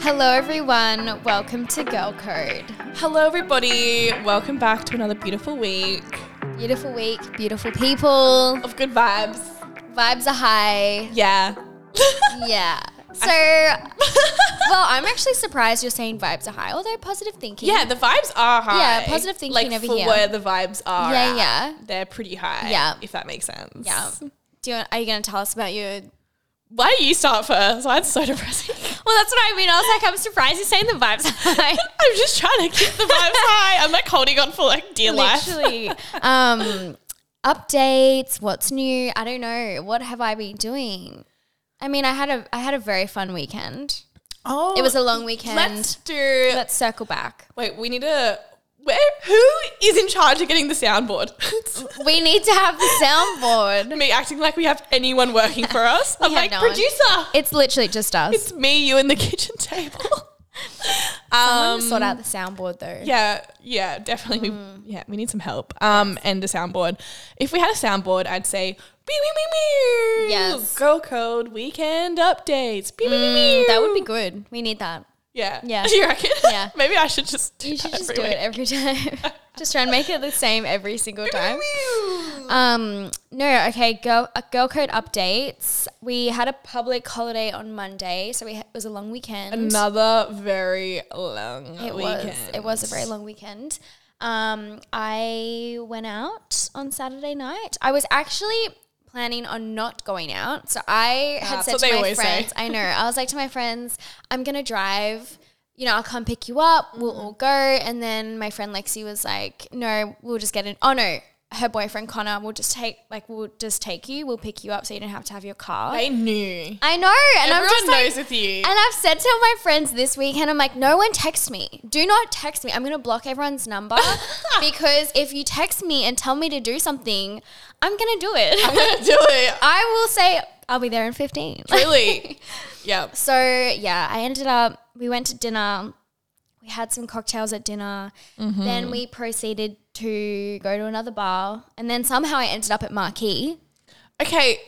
Hello, everyone. Welcome to Girl Code. Hello, everybody. Welcome back to another beautiful week Beautiful week, beautiful people. of good vibes. Vibes are high. Yeah. Yeah. So, well, I'm actually surprised you're saying vibes are high, although positive thinking. Yeah, the vibes are high. Yeah, positive thinking like, over for here. where the vibes are. Yeah, at. yeah. They're pretty high. Yeah. If that makes sense. Yeah. Do you, are you going to tell us about your. Why do you start first? That's so depressing. Well, that's what I mean. I was like, I'm surprised you're saying the vibes are high. I'm just trying to keep the vibes high. I'm like holding on for like dear life. Literally. um, updates. What's new? I don't know. What have I been doing? I mean, I had a I had a very fun weekend. Oh, It was a long weekend. Let's do. Let's circle back. Wait, we need a. Where? Who is in charge of getting the soundboard? It's We need to have the soundboard. me acting like we have anyone working for us. I'm have like no one. producer. It's literally just us. It's me, you, and the kitchen table. I um, want to sort out the soundboard though. yeah, yeah, definitely. Mm. We, yeah, we need some help. Um, and a soundboard. If we had a soundboard, I'd say beep beep beep beep. Yes. Mm, Girl code weekend updates. Beep beep beep beep. That would be good. We need that. Yeah. yeah. You reckon? Yeah. Maybe I should just. Do You should that just every do it week. every time. just try and make it the same every single time. Beep. Um, no, okay, girl, uh, girl code updates. We had a public holiday on Monday, so we ha- it was a long weekend. Another very long it weekend. was it was a very long weekend. Um, I went out on Saturday night. I was actually planning on not going out, so I had That's said what to they my always say. friends, I know, I was like to my friends, I'm gonna drive. You know, I'll come pick you up. We'll Mm-hmm. all go. And then my friend Lexi was like, "No, we'll just get an." Oh no, her boyfriend Connor will just take like we'll just take you. We'll pick you up, so you don't have to have your car. They knew. I know, and I'm Everyone just like, knows with you. and I've said to my friends this weekend, I'm like, no one texts me. Do not text me. I'm going to block everyone's number because if you text me and tell me to do something, I'm going to do I'm it. gonna do it. I will say, I'll be there in 15. Really? yeah. so, yeah, I ended up, we went to dinner. We had some cocktails at dinner. Mm-hmm. Then we proceeded to go to another bar. And then somehow I ended up at Marquee. Okay,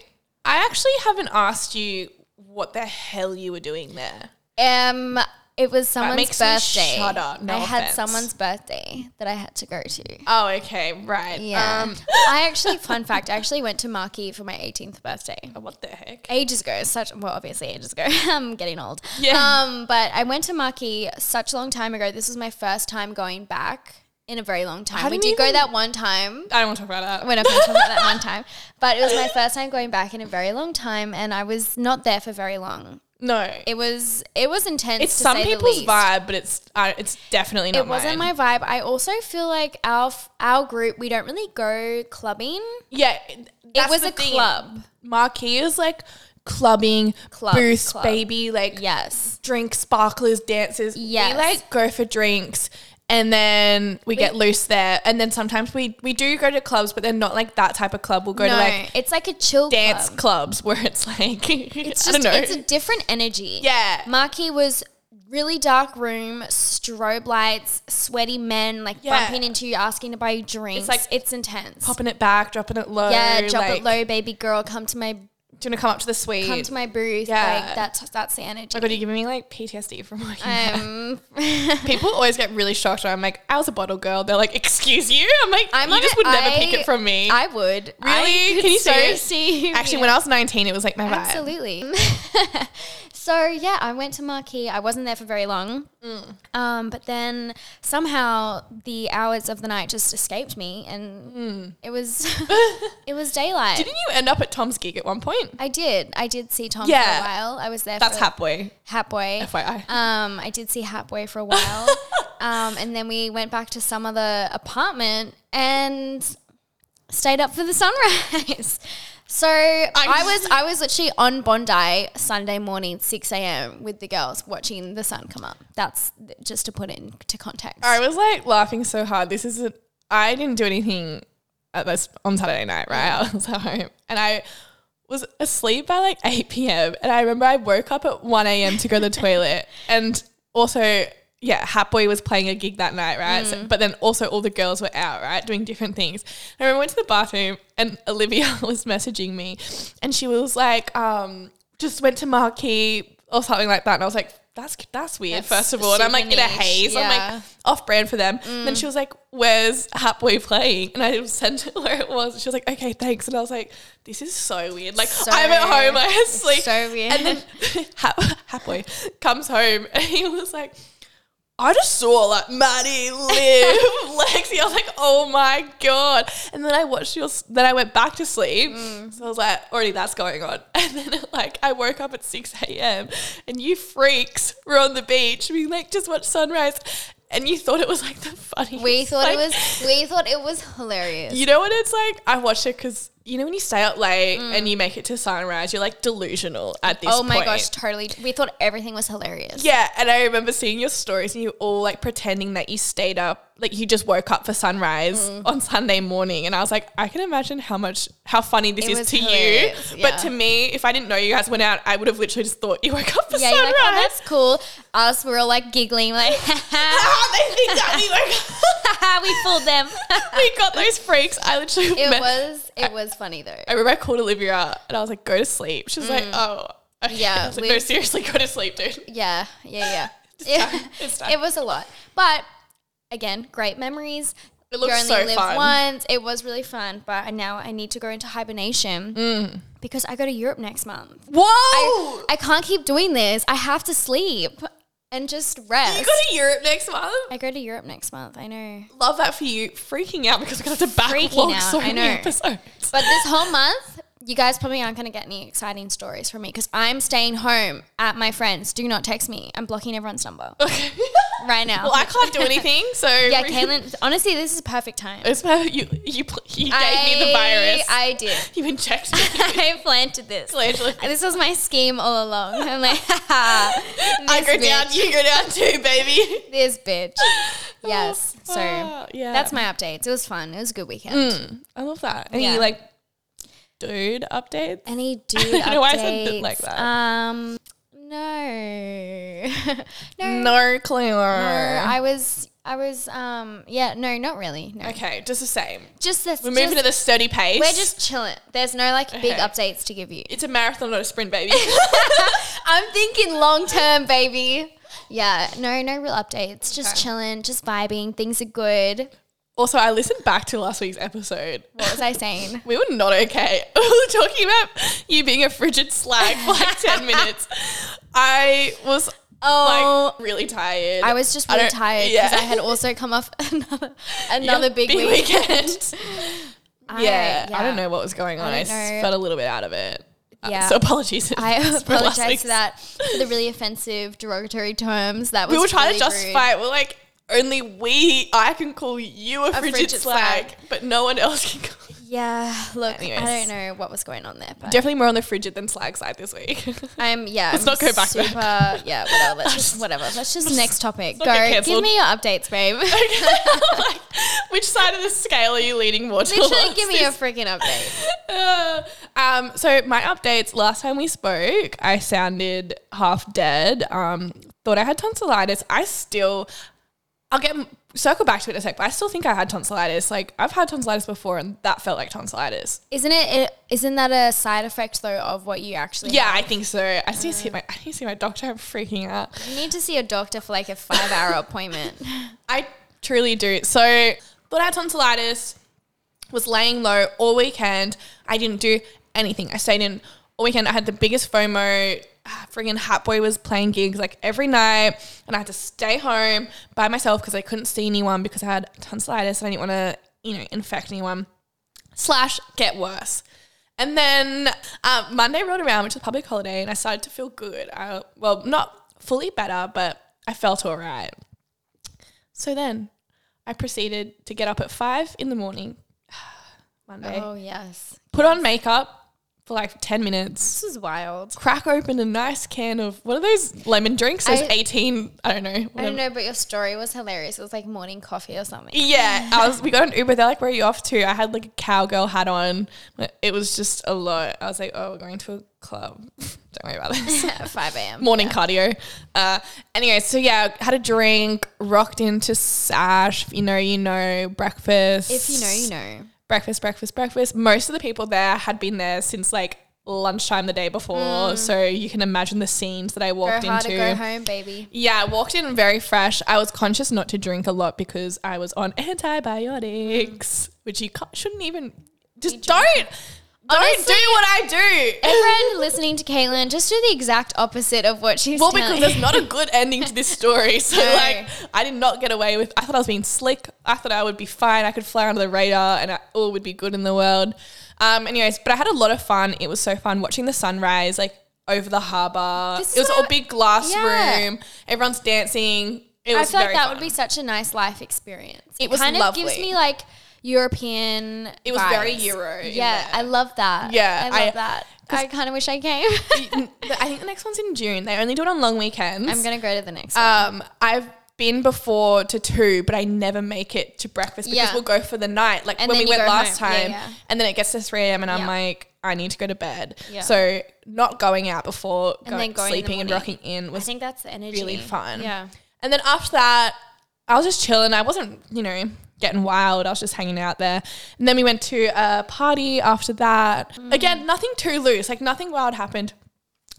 I actually haven't asked you what the hell you were doing there. Um, it was someone's makes me birthday. shudder. No I had offense. someone's birthday that I had to go to. Oh, okay, right. Yeah. Um, I actually, fun fact, I actually went to Marquee for my 18th birthday. Oh, what the heck? Ages ago, such well, obviously ages ago. I'm getting old. Yeah. Um, but I went to Marquee such a long time ago. This was my first time going back in a very long time. How we did did you go even- that one time. I don't want to talk about that. We're not going to talk about that one time. But it was my first time going back in a very long time, and I was not there for very long. no, It was it was intense. it's to some say the people's least. vibe, but it's I it's definitely not It wasn't mine. my vibe. I also feel like our f- our group we don't really go clubbing. Yeah, it was a club. Marquee is like clubbing, Club, booths, club. baby, like Yes. drink sparklers, dances. Yes. We like go for drinks and then we, get loose there. And then sometimes we, we do go to clubs, but they're not like that type of club. We'll go no, to like it's like a chill dance club. clubs where it's like It's just I don't know. it's a different energy. yeah. Marquee was really dark room, strobe lights, sweaty men like Yeah. bumping into you, asking to buy you drinks. It's like like it's intense. Popping it back, dropping it low. yeah, drop like, it low, baby girl. Come to my Do you want to come up to the suite? come to my booth. Yeah. Like that's that's the energy. oh my god, you're giving me like PTSD from working. there. Um, People always get really shocked when I'm like, I was a bottle girl. They're like, excuse you? I'm like, I'm you on just it- would never I- pick it from me. I would Really? I could Can you so see it? see? Actually, you. when I was 19, it was like my vibe. Absolutely. so yeah, I went to Marquee. I wasn't there for very long, Mm. um, but then somehow the hours of the night just escaped me, and it was it was daylight. Didn't Mm. you end up at Tom's gig at one point? I did. I did see Tom Yeah. for a while. I was there. That's for Hapway, Hatboy. FYI. Um, I did see Hatboy for a while, um, and then we went back to some other apartment and stayed up for the sunrise. So i was I was literally on Bondi Sunday morning, six a.m. with the girls watching the sun come up. That's just to put it into context. I was like laughing so hard. This isn't. I didn't do anything at this on Saturday night, right? I was at home and I was asleep by like eight p.m. And I remember I woke up at one a.m. to go to the toilet, and also yeah, Hatboy was playing a gig that night, right? So, Mm. but then also all the girls were out, right, doing different things. I remember I went to the bathroom and Olivia was messaging me, and she was like, um, just went to Marquee or something like that, and I was like. that's that's weird. That's first of all, and I'm like super in a niche, haze. I'm yeah. like off brand uh, for them. And then she was like, "Where's Hapway playing?" And I sent it where it was. She was like, "Okay, thanks." And I was like, "This is so weird. Like So- I'm at home, I asleep." so weird. And then Hap, Hapway comes home, and he was like. I just saw like Maddie live Lexi. I was like, oh my god! And then I watched your. s- Then I went back to sleep. Mm. So I was like, already that's going on. And then like I woke up at six a.m. and you freaks were on the beach. We like just watched sunrise, and you thought it was like the funniest. We thought it like, was we thought it was hilarious. You know what it's like? I watched it because you know when you stay up late and you make it to sunrise, you're like delusional at this. Mm. oh my point. gosh, totally. We thought everything was hilarious. Yeah, and I remember seeing your stories and you all like pretending that you stayed up, like you just woke up for sunrise Mm. on Sunday morning. And I was like, I can imagine how much, how funny this It is was to you. hilarious, yeah. But to me, if I didn't know you guys went out, I would have literally just thought you woke up for Yeah, you're sunrise. like, oh, that's cool. Us, we are all like giggling, like, Ah, they think that we woke we fooled them. up. we got those freaks. I literally it met- was, it was funny though. I remember I called Olivia and I was like, go to sleep. She was like, oh. Okay. Mm. Yeah, I was like, we- no, seriously, go to sleep, dude. Yeah, yeah, yeah. time. It, It's time. it was a lot, but again, great memories. It You looks only so live fun. once. It was really fun, but I- now I need to go into hibernation because I go to Europe next month. Whoa! I, I can't keep doing this. I have to sleep and just rest. you go to Europe next month? I go to Europe next month. I know. Love that for you. Freaking out because we're gonna have to Freaking backlog out, so I many know. episodes. But this whole month, you guys probably aren't going to get any exciting stories from me because I'm staying home at my friends. Do not text me. I'm blocking everyone's number Okay. right now. well, I can't do anything, so yeah, Caitlin, honestly, this is a perfect time. It's my, you you pl- you gave me the virus. I did. you injected me. I planted this. Literally. This was my scheme all along. I'm like, ha I go bitch. down. You go down too, baby. this bitch. Oh, Yes. So Wow, yeah, that's my updates. It was fun. It was a good weekend. I love that. Any Yeah. like dude updates? Any dude don't know why I said updates? it like that. Um, no, no, No clue. I was, I was, um, yeah, no, not really. No, okay, just the same. just this. We're moving just- at a sturdy pace. We're just chilling. There's no like big Okay. updates to give you. It's a marathon, not a sprint, baby. I'm thinking long term, baby. Yeah, no, no real updates. Just Okay. chilling, just vibing. Things are good. also, I listened back to last week's episode. What was I saying? We were not okay. We were talking about you being a frigid slag for like 10 minutes. I was Oh, like really tired. I was just I really don't- tired yeah. because I had also come off another Yeah, another big, week. weekend. I- yeah, I don't know what was going on. I, I s- don't know. felt a little bit out of it. Uh, Yeah. so apologies. I for last apologize week's- for that for the really offensive, derogatory terms. That was We were trying really to justify it. We're like, only we, I can call you a, frigid, frigid slag, slag. but no one else can call rude. Yeah, look, I don't Anyways. know what was going on there, but Definitely more on the frigid than slag side this week. I'm yeah. Let's I'm not go back there. Super, yeah, whatever. Let's just whatever. Let's just next topic. not get Go. Give cancelled. me your updates, babe. like, which side of the scale are you leaning more towards? Literally, give me this a freaking update. Uh, um, so my updates. Last time we spoke, I sounded half dead. Um, thought I had tonsillitis. I still, I'll get circle back to it in a sec. But I still think I had tonsillitis. Like I've had tonsillitis before, and that felt like tonsillitis. Isn't it, it? Isn't that a side effect though of what you actually? Yeah, I think so. I just need to see my. I need to see my doctor. I'm freaking out. have? You need to see a doctor for like a five-hour appointment. I truly do. So thought I had tonsillitis. Was laying low all weekend. I didn't do anything. I stayed in all weekend. I had the biggest FOMO. Ah, Friggin' Hat Boy was playing gigs like every night, and I had to stay home by myself because I couldn't see anyone because I had tonsillitis and I didn't want to, you know, infect anyone slash get worse. And then um, Monday rolled around, which was a public holiday, and I started to feel good. I, well, not fully better, but I felt all right. So then I proceeded to get up at five in the morning, Monday, oh yes, put on makeup for like 10 minutes, this is wild. crack open a nice can of what are those lemon drinks? Those I- 18, I don't know. I whatever. don't know, but your story was hilarious. It was like morning coffee or something. Yeah, I was. We got an Uber. They're like, "Where are you off to?" I had like a cowgirl hat on. It was just a lot. I was like, "Oh, we're going to a club. Don't worry about this." At Five a.m. Morning cardio. Uh, anyway, so yeah, had a drink, rocked into Sash. If you know, you know. Breakfast. If you know, you know. Breakfast, breakfast, breakfast. Most of the people there had been there since like lunchtime the day before. So you can imagine the scenes that I Mm. Go walked hard into. or go home, baby. Yeah, I walked in very fresh. I was conscious not to drink a lot because I was on antibiotics, which you can't, shouldn't even. Just don't. Don't Honestly- do what I do. Everyone listening to Caitlin, just do the exact opposite of what she's Well, telling. because there's not a good ending to this story. So, No. like, I did not get away with. I thought I was being slick. I thought I would be fine. I could fly under the radar, and I, all would be good in the world. Um. Anyways, but I had a lot of fun. It was so fun watching the sunrise, like over the harbor. This is It was what all I- big glass Yeah. room. Everyone's dancing. It I was feel like very that fun. would be such a nice life experience. It was kind lovely. of gives me like European. It was very vibes. Euro in Yeah, there. I love that. I Yeah, love I- that. I kind of wish I came. I think the next one's in June. They only do it on long weekends. I'm gonna go to the next one. um, I've been before to two, but I never make it to breakfast because Yeah. we'll go for the night. Like And when then we you went go last home. Yeah, time, yeah. and then it gets to three a.m. and I'm Yeah. like, I need to go to bed. Yeah. So not going out before then going going, in the sleeping and morning. rocking in I was think that's the energy. really fun. Yeah. And then after that, I was just chilling. I wasn't, you know, getting wild. I was just hanging out there. And then we went to a party after that. Again, nothing too loose, like nothing wild happened.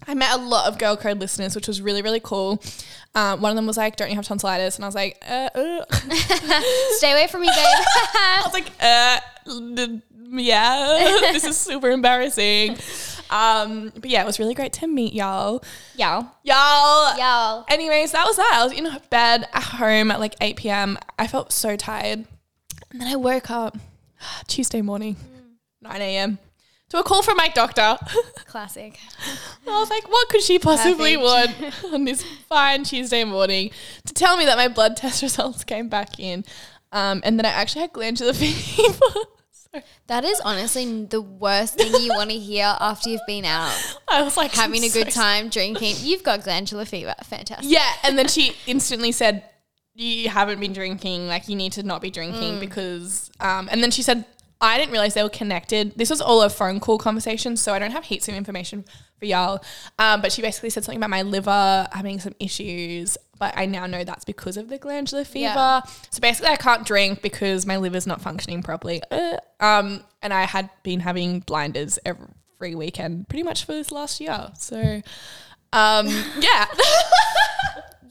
I met a lot of Girl Code listeners, which was really, really cool. Um, one of them was like, Don't you have tonsillitis? And I was like, uh, uh. I Stay away from me, babe. was like, uh, n- Yeah, this is super embarrassing. Um, but yeah, it was really great to meet y'all. Y'all. Y'all, Y'all. Anyways, that was that. I was in bed at home at like 8 p.m. I felt so tired. And then I woke up Tuesday morning, Mm. 9 a.m., to a call from my doctor. Classic. I was like, what could she possibly Perfect. want on this fine Tuesday morning to tell me that my blood test results came back in? Um, and then I actually had glandular fever. So That is honestly the worst thing you want to hear after you've been out I was like, having "I'm a good so time drinking. You've got glandular fever. Fantastic. Yeah, and then she instantly said, "You haven't been drinking. Like you need to not be drinking because." Um, and then she said, "I didn't realize they were connected. This was all a phone call conversation, so I don't have heaps of information for y'all." Um, but she basically said something about my liver having some issues, but I now know that's because of the glandular fever. Yeah. So basically, I can't drink because my liver's not functioning properly. Uh, um, and I had been having blinders every weekend pretty much for this last year. So. Um, yeah,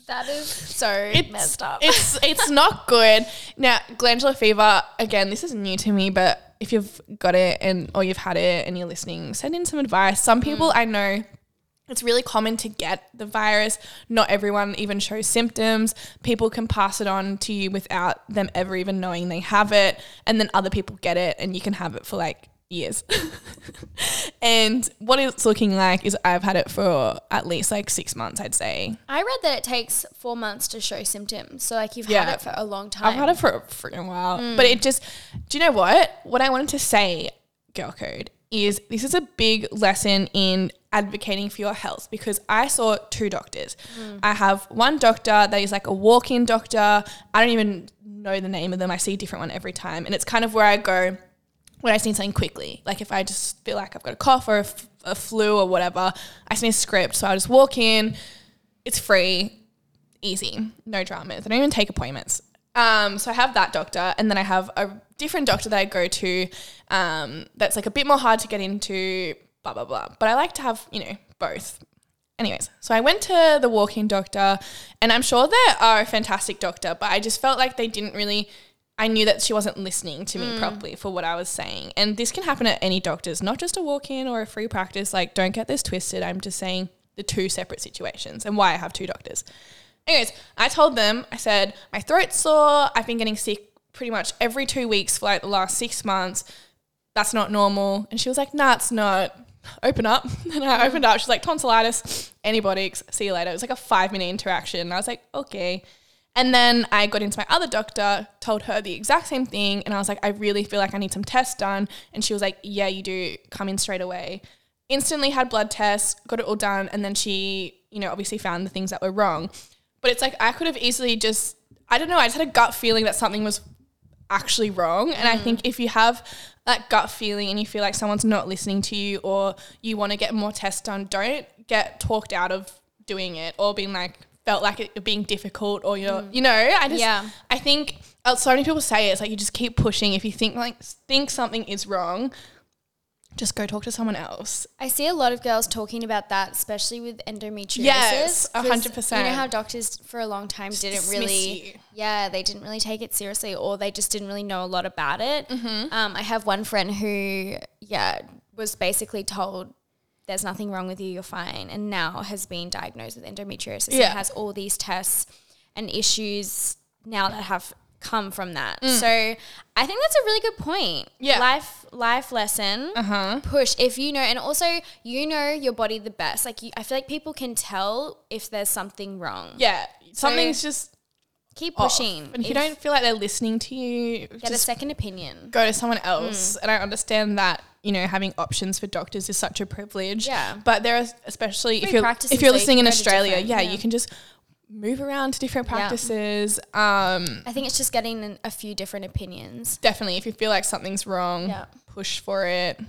That is so messed up. it's it's not good. Now, glandular fever, again, this is new to me, but if you've got it and or you've had it and you're listening, send in some advice. Some Mm. people I know it's really common to get the virus. Not everyone even shows symptoms. People can pass it on to you without them ever even knowing they have it. And then other people get it and you can have it for like years. and what it's looking like is I've had it for at least like six months, I'd say. I read that it takes four months to show symptoms. So like you've Yeah. had it for a long time. I've had it for a freaking while. But it just, do you know what? What I wanted to say, girl code, is this is a big lesson in advocating for your health because I saw two doctors. I have one doctor that is like a walk in doctor. I don't even know the name of them. I see a different one every time. And it's kind of where I go when I just need something quickly. Like if I just feel like I've got a cough or a, f- a flu or whatever, I just need a script. So I just walk in. It's free easy, no dramas. I don't even take appointments. Um, so I have that doctor, and then I have a different doctor that I go to um, that's like a bit more hard to get into, blah, blah, blah. But I like to have, you know, both. Anyways, so I went to the walk in doctor, and I'm sure they are a fantastic doctor, but I just felt like they didn't really. I knew that she wasn't listening to me properly for what I was saying. And this can happen at any doctors, not just a walk in or a free practice. Like, don't get this twisted. I'm just saying the two separate situations and why I have two doctors. Anyways, I told them, I said, my throat's sore. I've been getting sick pretty much every two weeks for like the last six months. That's not normal. And she was like, nah, it's not. Open up. And I opened up. She's like, tonsillitis, antibiotics, see you later. It was like a five minute interaction. And I was like, okay. And then I got into my other doctor, told her the exact same thing. And I was like, I really feel like I need some tests done. And she was like, yeah, you do. Come in straight away instantly had blood tests, got it all done, and then she, you know, obviously found the things that were wrong. But it's like I could have easily just I don't know, I just had a gut feeling that something was actually wrong. And I Mm. think if you have that gut feeling and you feel like someone's not listening to you or you want to get more tests done, don't get talked out of doing it or being like felt like it being difficult or you're you know, I just Mm. Yeah. I think uh, so many people say it, it's like you just keep pushing. If you think like think something is wrong, just go talk to someone else. I see a lot of girls talking about that, especially with endometriosis. Yes, a 'cause hundred percent. You know how doctors for a long time didn't dismiss really, you. yeah, they didn't really take it seriously, or they just didn't really know a lot about it. Mm-hmm. Um, I have one friend who, yeah, was basically told. There's nothing wrong with you, you're fine. And now has been diagnosed with endometriosis Yeah. and has all these tests and issues now that have come from that. So I think that's a really good point. Yeah. Life life lesson. Push if you know and also you know your body the best. Like you, I feel like people can tell if there's something wrong. Yeah, something's just Keep off. pushing. and if you Oh, If- don't feel like they're listening to you, get a just second opinion. go to someone Hmm. else. And I understand that you know having options for doctors is such a privilege. Yeah. but there are especially if Free you're practices, if you're though, you listening can go in to Australia, different- yeah, yeah. you can just move around to different practices. Um, I think it's just getting an, a few different opinions. definitely, if you feel like something's wrong, Yeah. push for it.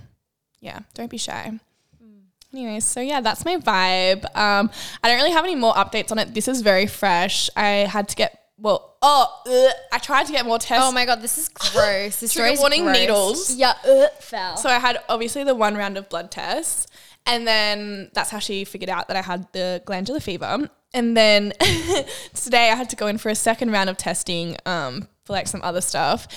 Yeah, don't be shy. Hmm. Anyways, so yeah, that's my vibe. Um, I don't really have any more updates on it. This is very fresh. I had to get well. Oh, ugh, I tried to get more tests. Oh my god, this is gross. This Trigger story's warning, gross. needles. Yeah, uh, fell. So I had obviously the one round of blood tests, and then that's how she figured out that I had the glandular fever. And then today I had to go in for a second round of testing um, for like some other stuff,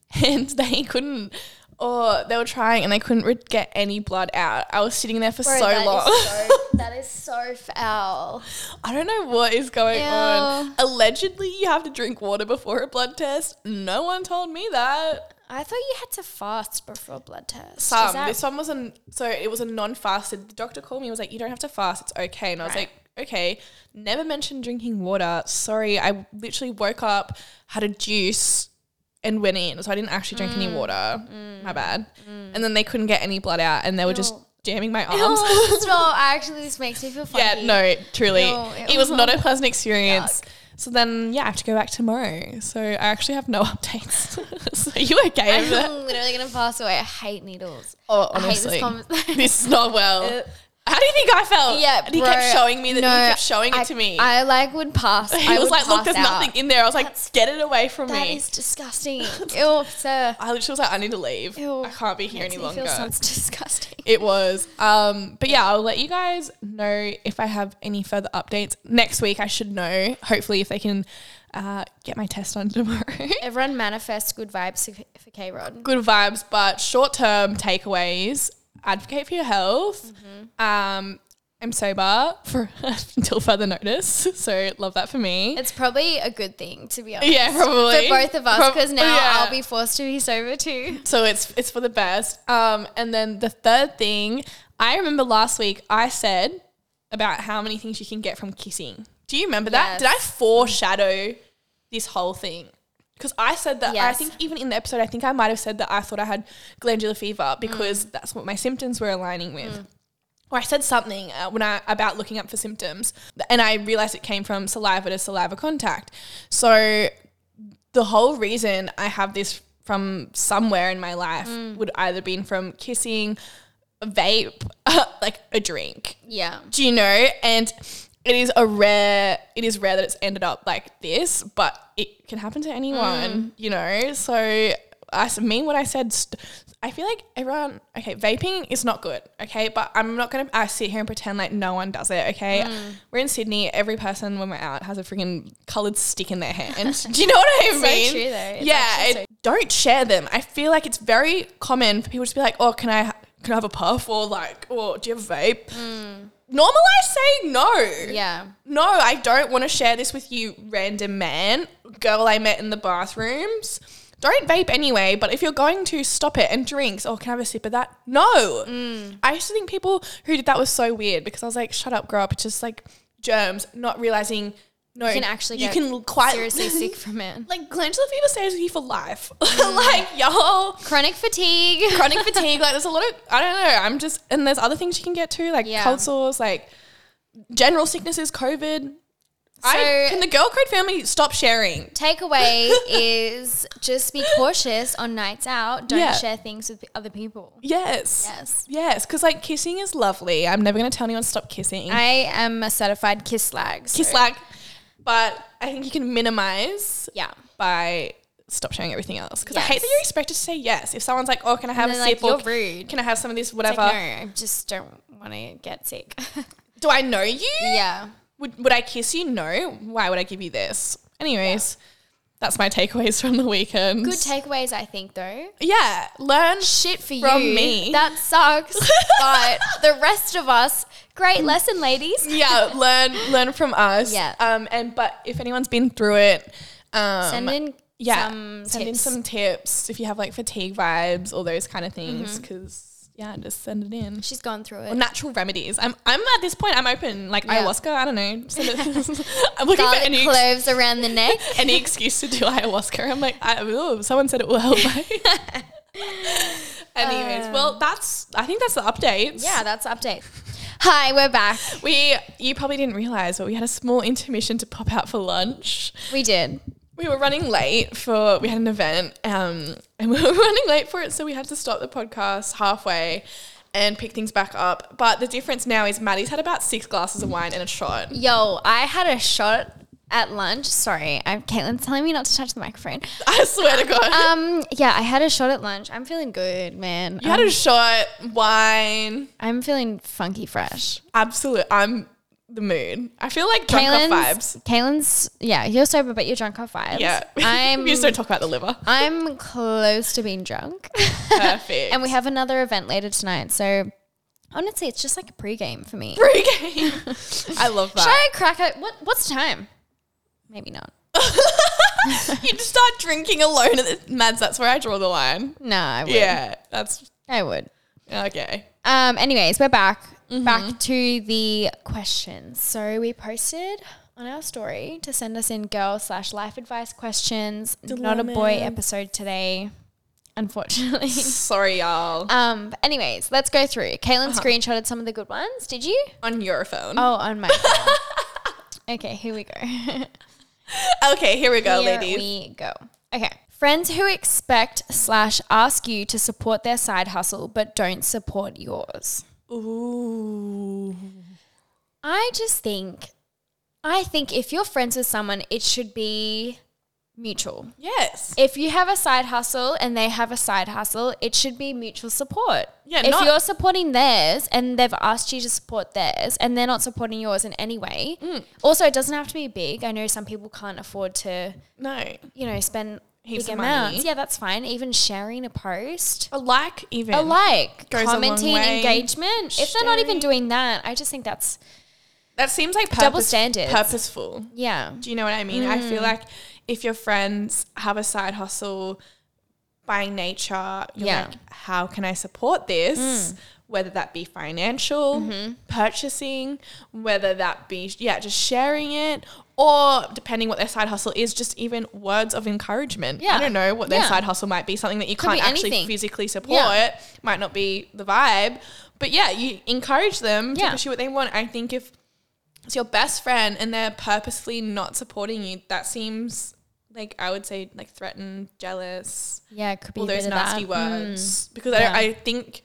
and they couldn't. Or they were trying and they couldn't re- get any blood out. I was sitting there for Bro, so that is long. so- that is so foul. I don't know what is going on. Ew. Allegedly, you have to drink water before a blood test. No one told me that. I thought you had to fast before a blood test. Is Some. that- this one was an so it was a non-fasted. The doctor called me. and was like, "You don't have to fast. It's okay." And I was Right. like, "Okay." Never mentioned drinking water. Sorry, I literally woke up, had a juice, and went in. So I didn't actually drink Mm. any water. My bad. And then they couldn't get any blood out, and they were just Ew. jamming my arms. Oh, stop. Actually, this makes me feel yeah, funny. no, truly, Ew, it, ew. was not a pleasant experience. So then, yeah, I have to go back tomorrow. So I actually have no updates. so you okay I'm with that? literally going to pass away. I hate needles. Oh, I hate this honestly, conversation. this is not well. How do you think I felt? Uh, Yeah, and he bro, kept showing me that. no, he kept showing I- it to me. I like would pass. he I was would like, "Look, pass there's out. nothing in there." I was like, That's- "Get it away from That me." is disgusting. Ew, sir. I literally was like, "I need to leave. Ew. I can't be here Makes any me longer." Feel sounds disgusting. it was, um, but yeah, I'll let you guys know if I have any further updates next week. I should know. Hopefully, if they can uh, get my test on tomorrow. Everyone manifests good vibes for- for K Rod. good vibes, but short term takeaways advocate for your health. Mm-hmm. Um, I'm sober for until further notice, so love that for me. It's probably a good thing, to be honest. yeah, probably For both of us, Prob- oh, because now yeah. I'll be forced to be sober too. So it's it's for the best. Um, and then the third thing I remember last week I said about how many things you can get from kissing. Do you remember that? Yes. Did I foreshadow this whole thing? Because I said that I Yes. think even in the episode I think I might have said that I thought I had glandular fever because that's what my symptoms were aligning with. Or I said something uh, when I about looking up for symptoms, and I realized it came from saliva to saliva contact. So the whole reason I have this from somewhere in my life would either been from kissing, a vape, like a drink. Yeah. Do you know? And it is a rare. It is rare that it's ended up like this, but it can happen to anyone. Mm. You know. So I s- mean what I said. St- I feel like everyone. Okay, vaping is not good. Okay, but I'm not gonna. I sit here and pretend like no one does it. Okay, Mm. we're in Sydney. Every person when we're out has a freaking coloured stick in their hand. Do you know what I mean? so true, though. It's yeah, actually it- so don't share them. I feel like it's very common for people to be like, "Oh, can I can I have a puff?" or like, "Or do you have a vape?" Mm. Normalize saying no. Yeah. No, I don't want to share this with you, random man, girl I met in the bathrooms. Don't vape anyway, but if you're going to, stop it and drinks. Oh, can I have a sip of that? No. Mm. I used to think people who did that was so weird because I was like, shut up, grow up. It's just like germs, not realizing, no, You can actually you get can quite seriously sick Mm. from it. like glandular fever stays with you for life. like y'all, Chronic fatigue. chronic fatigue. Like there's a lot of I don't know. I'm just and there's other things you can get too, like Yeah. cold sores, like general sicknesses, COVID. I, So- can the girl code family stop sharing? takeaway is just be cautious on nights out. Don't Yeah. share things with other people. Yes. Yes. Yes, because like kissing is lovely. I'm never gonna tell anyone to stop kissing. I am a certified kiss lag. so- Kiss like, but I think you can minimize Yeah. by stop sharing everything else because I Yes. hate that you're expected to say yes. If someone's like, "Oh, can I have And a then, like, sip?" or you're rude. Can I have some of this? It's Whatever. like, no, I just don't want to get sick. Do I know you? yeah. Would Would I kiss you? No. Why would I give you this? Anyways, that's my takeaways from the weekend. Good takeaways, I think, though. yeah, learn. Shit for From you. me. That sucks. but the rest of us, great lesson, ladies. Mm. yeah, learn learn from us. Yeah. Um. And but if anyone's been through it, um, Send in yeah, some send in tips. some tips if you have like fatigue vibes, all those kind of things. Mm-hmm. Because yeah, just send it in. She's gone through Or it. natural remedies. I'm I'm at this point. I'm open. Like Yeah. ayahuasca. I don't know. Send it. I'm looking for Garlic any cloves around the neck. any excuse to do ayahuasca. I'm like, I, ooh, someone said it will help. Anyways, well, that's I think that's the updates. Yeah, that's the update. Hi, we're back. We you probably didn't realize, but we had a small intermission to pop out for lunch. We did. We were running late for we had an event, um, and we were running late for it, so we had to stop the podcast halfway and pick things back up. But the difference now is Maddie's had about six glasses of wine and a shot. Yo, I had a shot at lunch. Sorry, I'm Caitlin's telling me not to touch the microphone. I swear to God. Um, yeah, I had a shot at lunch. I'm feeling good, man. you had a shot, wine. I'm feeling funky fresh. Absolute. I'm the mood. I feel like drunk off Caitlin's, vibes. Caitlin's, yeah, you're sober, but you're drunk off vibes. Yeah. I'm, we just don't talk about the liver. I'm close to being drunk. Perfect. and we have another event later tonight. So honestly, it's just like a pregame for me. pregame. I love Should that. I crack it? What, what's the time? Maybe not. you just start drinking alone at the Mads. That's where I draw the line. No, I would. Yeah. That's I would. okay. Um, anyways, we're back. Back to the questions. So we posted on our story to send us in girl slash life advice questions. Not a boy Dilemma. episode today, unfortunately. Sorry, y'all. um, but anyways, let's go through. Caitlin screenshotted some of the good ones. Did you? On your phone. Oh, on my. phone. okay, here we go. Okay, here we go, Here ladies. we go. Okay. Friends who expect slash ask you to support their side hustle but don't support yours. Ooh. I just think, I think if you're friends with someone, it should be mutual. Yes. If you have a side hustle and they have a side hustle, it should be mutual support. Yeah, if not- you're supporting theirs and they've asked you to support theirs and they're not supporting yours in any way, Mm. also it doesn't have to be big. I know some people can't afford to No. you know, spend Heaps big of amounts. money. Yeah, that's fine. Even sharing a post, A like even. a like, Goes a long commenting, way. engagement. If they're not even Sharing. doing that, I just think that's That seems like Double purpose- standards. Purposeful. yeah, Do you know what I mean? I Mm. feel like if your friends have a side hustle by nature, you're Yeah. Mm. like, how can I support this? Whether that be financial, Mm-hmm. purchasing, whether that be, yeah, just sharing it, or depending what their side hustle is, just even words of encouragement. Yeah. I don't know what their Yeah. side hustle might be, something that you can't be actually anything. physically support, might not be the vibe. But yeah, you encourage them Yeah. to pursue what they want. I think if it's your best friend and they're purposefully not supporting you, that seems like I would say like threatened, jealous, yeah, it could be all a bit those of nasty that. Mm. words. Because Yeah. I, I think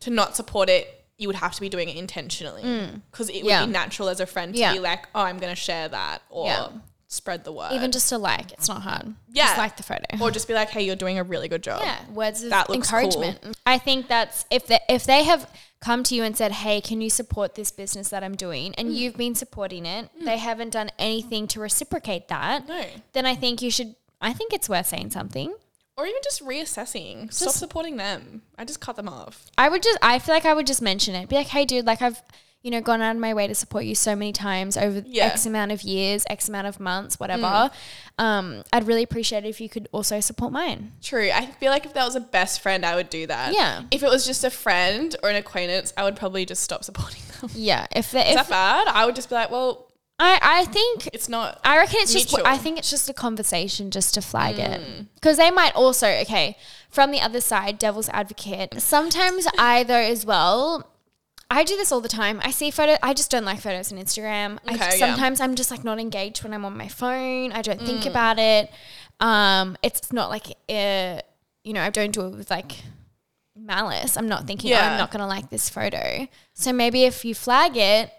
to not support it, you would have to be doing it intentionally because it would Mm. Yeah. be natural as a friend to Yeah. be like, oh, I'm going to share that or Yeah. spread the word. Even just a like, it's not hard. Yeah. just like the photo. or just be like, hey, you're doing a really good job. yeah, words of That looks encouragement. I think that's if they, if they have come to you and said, "Hey, can you support this business that I'm doing?" Mm. and you've been supporting it, they haven't done anything to reciprocate that. No. Then I think you should. I think it's worth saying something. Or even just reassessing. Stop supporting them. I just cut them off. I would just I feel like I would just mention it. Be like, hey dude, like I've you know gone out of my way to support you so many times over Yeah. Mm. X amount of years, X amount of months, whatever. Um, I'd really appreciate it if you could also support mine. True. I feel like if that was a best friend, I would do that. Yeah. If it was just a friend or an acquaintance, I would probably just stop supporting them. Yeah. If the, Is if that bad? I would just be like, well, I I think it's not. I reckon it's just Mutual. Hmm. I think it's just a conversation just to flag it because they might also okay from the other side devil's advocate sometimes I though as well I do this all the time I see photo I just don't like photos on Instagram I, Okay, yeah. sometimes I'm just like not engaged when I'm on my phone I don't Hmm. think about it um it's not like uh, you know I don't do it with like malice I'm not thinking oh, Yeah. I'm not gonna like this photo so maybe if you flag it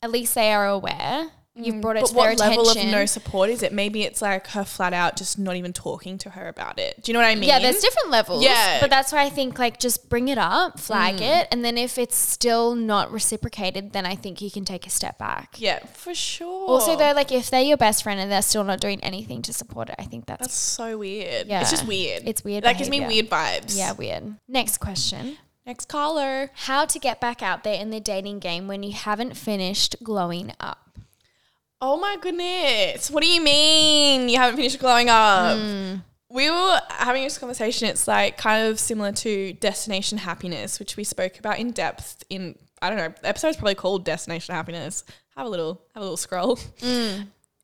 at least they are aware You've brought it Mm. But to their what attention. level of no support is it? Maybe it's like her flat out just not even talking to her about it. Do you know what I mean? Yeah, there's different levels. Yeah. But that's why I think like just bring it up, flag Mm. it, and then if it's still not reciprocated, then I think you can take a step back. Yeah, for sure. Also though, like if they're your best friend and they're still not doing anything to support it, I think that's, that's so weird. Yeah. It's just weird. It's weird That gives me behavior. weird vibes. yeah, weird. Next question. Next caller. How to get back out there in the dating game when you haven't finished glowing up. Oh my goodness. What do you mean you haven't finished glowing up? We were having this conversation. It's like kind of similar to destination happiness, which we spoke about in depth in I don't know, the episode's probably called Destination Happiness. Have a little have a little scroll.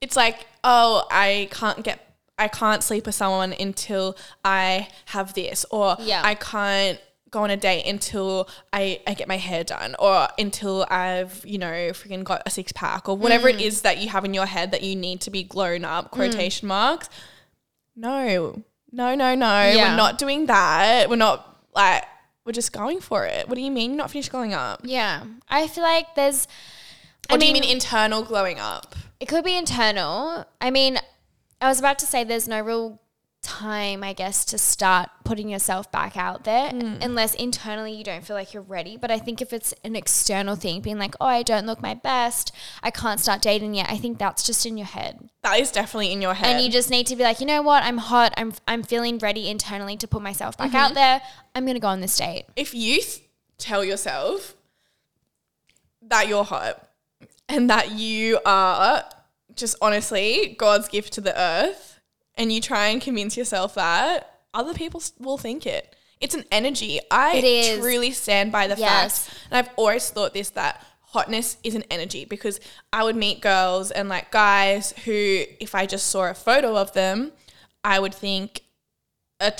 It's like, oh, I can't get I can't sleep with someone until I have this or Yeah. I can't go on a date until I, I get my hair done or until I've, you know, freaking got a six pack or whatever it is that you have in your head that you need to be glown up, quotation marks. No, no, no, no. Yeah. We're not doing that. We're not like, we're just going for it. What do you mean you're not finished glowing up? Or Yeah. I feel like there's I do you mean internal glowing up? It could be internal. I mean, I was about to say there's no real time, I guess, to start putting yourself back out there Hmm. unless internally you don't feel like you're ready. But I think if it's an external thing, being like, oh, I don't look my best, I can't start dating yet, I think that's just in your head. That is definitely in your head. And you just need to be like, you know what, I'm hot, I'm, I'm feeling ready internally to put myself back Mm-hmm. out there, I'm going to go on this date. if you th- tell yourself that you're hot and that you are just honestly God's gift to the earth, and you try and convince yourself that, other people s- will think it. It's an energy. I It is. truly stand by the Yes. fact, and I've always thought this that hotness is an energy because I would meet girls and like guys who, if I just saw a photo of them, I would think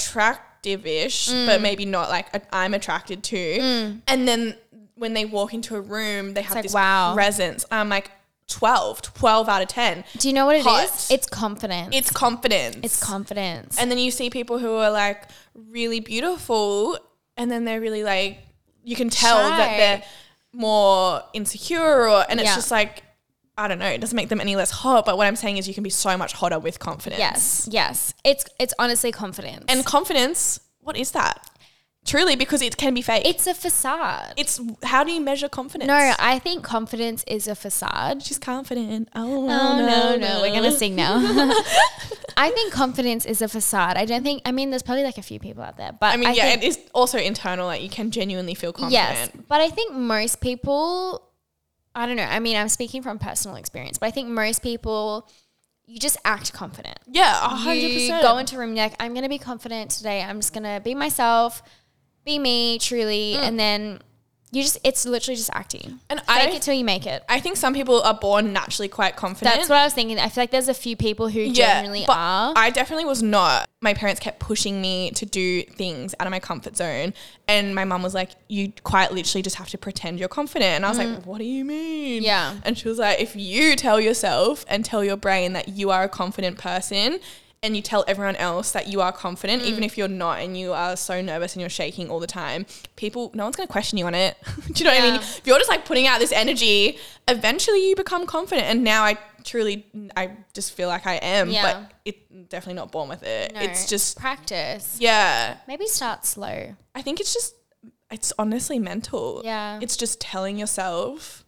attractive-ish, Mm. but maybe not like a- I'm attracted to. And then when they walk into a room, they have like, this wow. presence. I'm like 12, 12 out of 10. Do you know what it is? Hot. It's confidence. It's confidence. it's confidence. and then you see people who are like really beautiful and then they're really like you can tell Shy. that they're more insecure or and it's Yeah. just like I don't know, it doesn't make them any less hot, but what I'm saying is you can be so much hotter with confidence. yes, yes. It's it's honestly confidence. And confidence, what is that? Truly, because it can be fake. It's a facade. It's how do you measure confidence? no, I think confidence is a facade. she's confident. Oh, Oh no, no, we're gonna sing now. I think confidence is a facade. I don't think. I mean, there's probably like a few people out there, but I mean, yeah, think, it is also internal. Like you can genuinely feel confident. yes, but I think most people. I don't know. I mean, I'm speaking from personal experience, but I think most people, you just act confident. Yeah, a hundred You percent. go into a room, you're like, I'm gonna be confident today. I'm just gonna be myself, be me, truly, and then you just. It's literally just acting. Mm. and Fake I, it till you make it. I think some people are born naturally quite confident. That's what I was thinking. I feel like there's a few people who generally but are. I definitely was not. My parents kept pushing me to do things out of my comfort zone, and my mum was like, "You quite literally just have to pretend you're confident." And I was like, "What do you mean?" Mm. Yeah. And she was like, "If you tell yourself and tell your brain that you are a confident person." And you tell everyone else that you are confident, even Mm. if you're not, and you are so nervous and you're shaking all the time. People, no one's gonna question you on it. Do you know what I mean? Yeah. if you're just like putting out this energy, eventually you become confident. And now I truly, I just feel like I am, Yeah. but it definitely not born with it. No, It's just, practice. yeah. Maybe start slow. I think it's just, it's honestly mental. Yeah. It's just telling yourself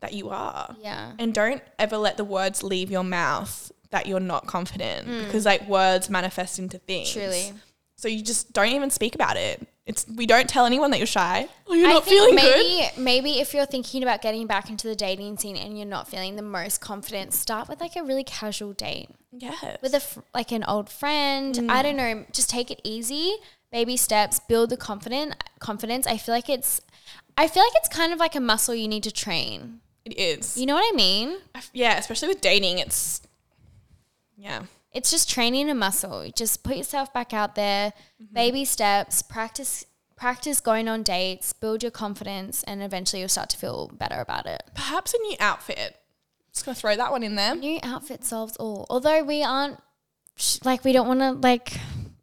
that you are. Yeah. And don't ever let the words leave your mouth that you're not confident because like words manifest into things. Mm. Truly. So you just don't even speak about it. It's we don't tell anyone that you're shy. Oh, you're I not think feeling good. maybe maybe if you're thinking about getting back into the dating scene and you're not feeling the most confident, start with like a really casual date Yes. with a fr- like an old friend. Mm. I don't know. Just take it easy, baby steps, build the confident confidence. I feel like it's, I feel like it's kind of like a muscle you need to train. It is. You know what I mean? I f- yeah, especially with dating, it's yeah. it's just training a muscle. Just put yourself back out there, baby steps, practice practice going on dates, build your confidence, and eventually you'll start to feel better about it. Perhaps a new outfit. Just gonna throw that one in there. New outfit solves all. Although we aren't sh- like we don't want to like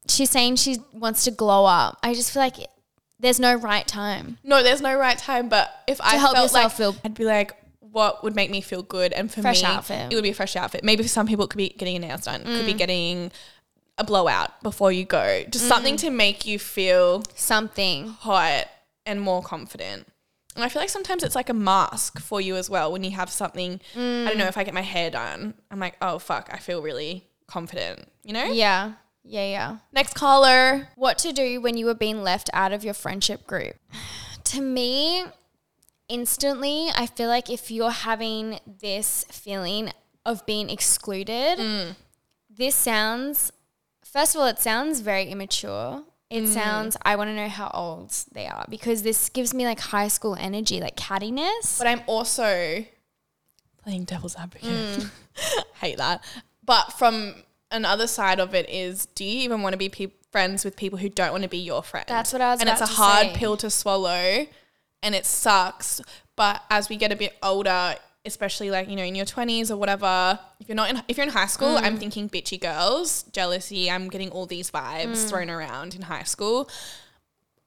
she's saying she wants to glow up. I just feel like there's no right time. No, there's no right time, but if I help felt yourself like feel- I'd be like, what would make me feel good. And for Fresh me, outfit. Mm. it would be a fresh outfit. Maybe for some people, it could be getting your nails done, could be getting a blowout before you go. Just Mm. something to make you feel Something. hot and more confident. And I feel like sometimes it's like a mask for you as well when you have something. I Mm. don't know if I get my hair done, I'm like, oh fuck, I feel really confident, you know? Yeah. Yeah, yeah. Next caller. What to do when you were being left out of your friendship group? to me, instantly, I feel like if you're having this feeling of being excluded, this sounds, first of all, it sounds very immature. It sounds, I want to know how old they are because this gives me like high school energy, like cattiness. But I'm also playing devil's advocate. Mm. Hate that. But from another side of it is, do you even want to be peop friends with people who don't want to be your friend? That's what I was And about it's a to hard say. pill to swallow, and it sucks. But as we get a bit older, especially like you know in your twenties or whatever, if you're not in, if you're in high school, Mm. I'm thinking bitchy girls, jealousy. I'm getting all these Mm. vibes thrown around in high school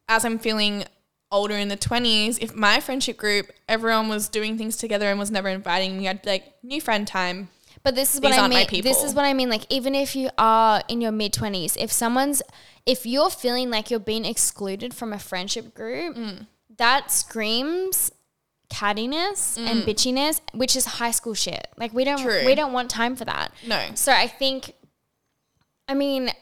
as I'm feeling older in the 20s, if my friendship group, everyone was doing things together and was never inviting me, I'd be like, new friend time. But this is what These I aren't my mean. This people. is what I mean. Like, even if you are in your mid 20s, if someone's, if you're feeling like you're being excluded from a friendship group, Mm. that screams cattiness and bitchiness, which is high school shit. Like, we don't, Mm. True. we don't want time for that. No. So I think, I mean,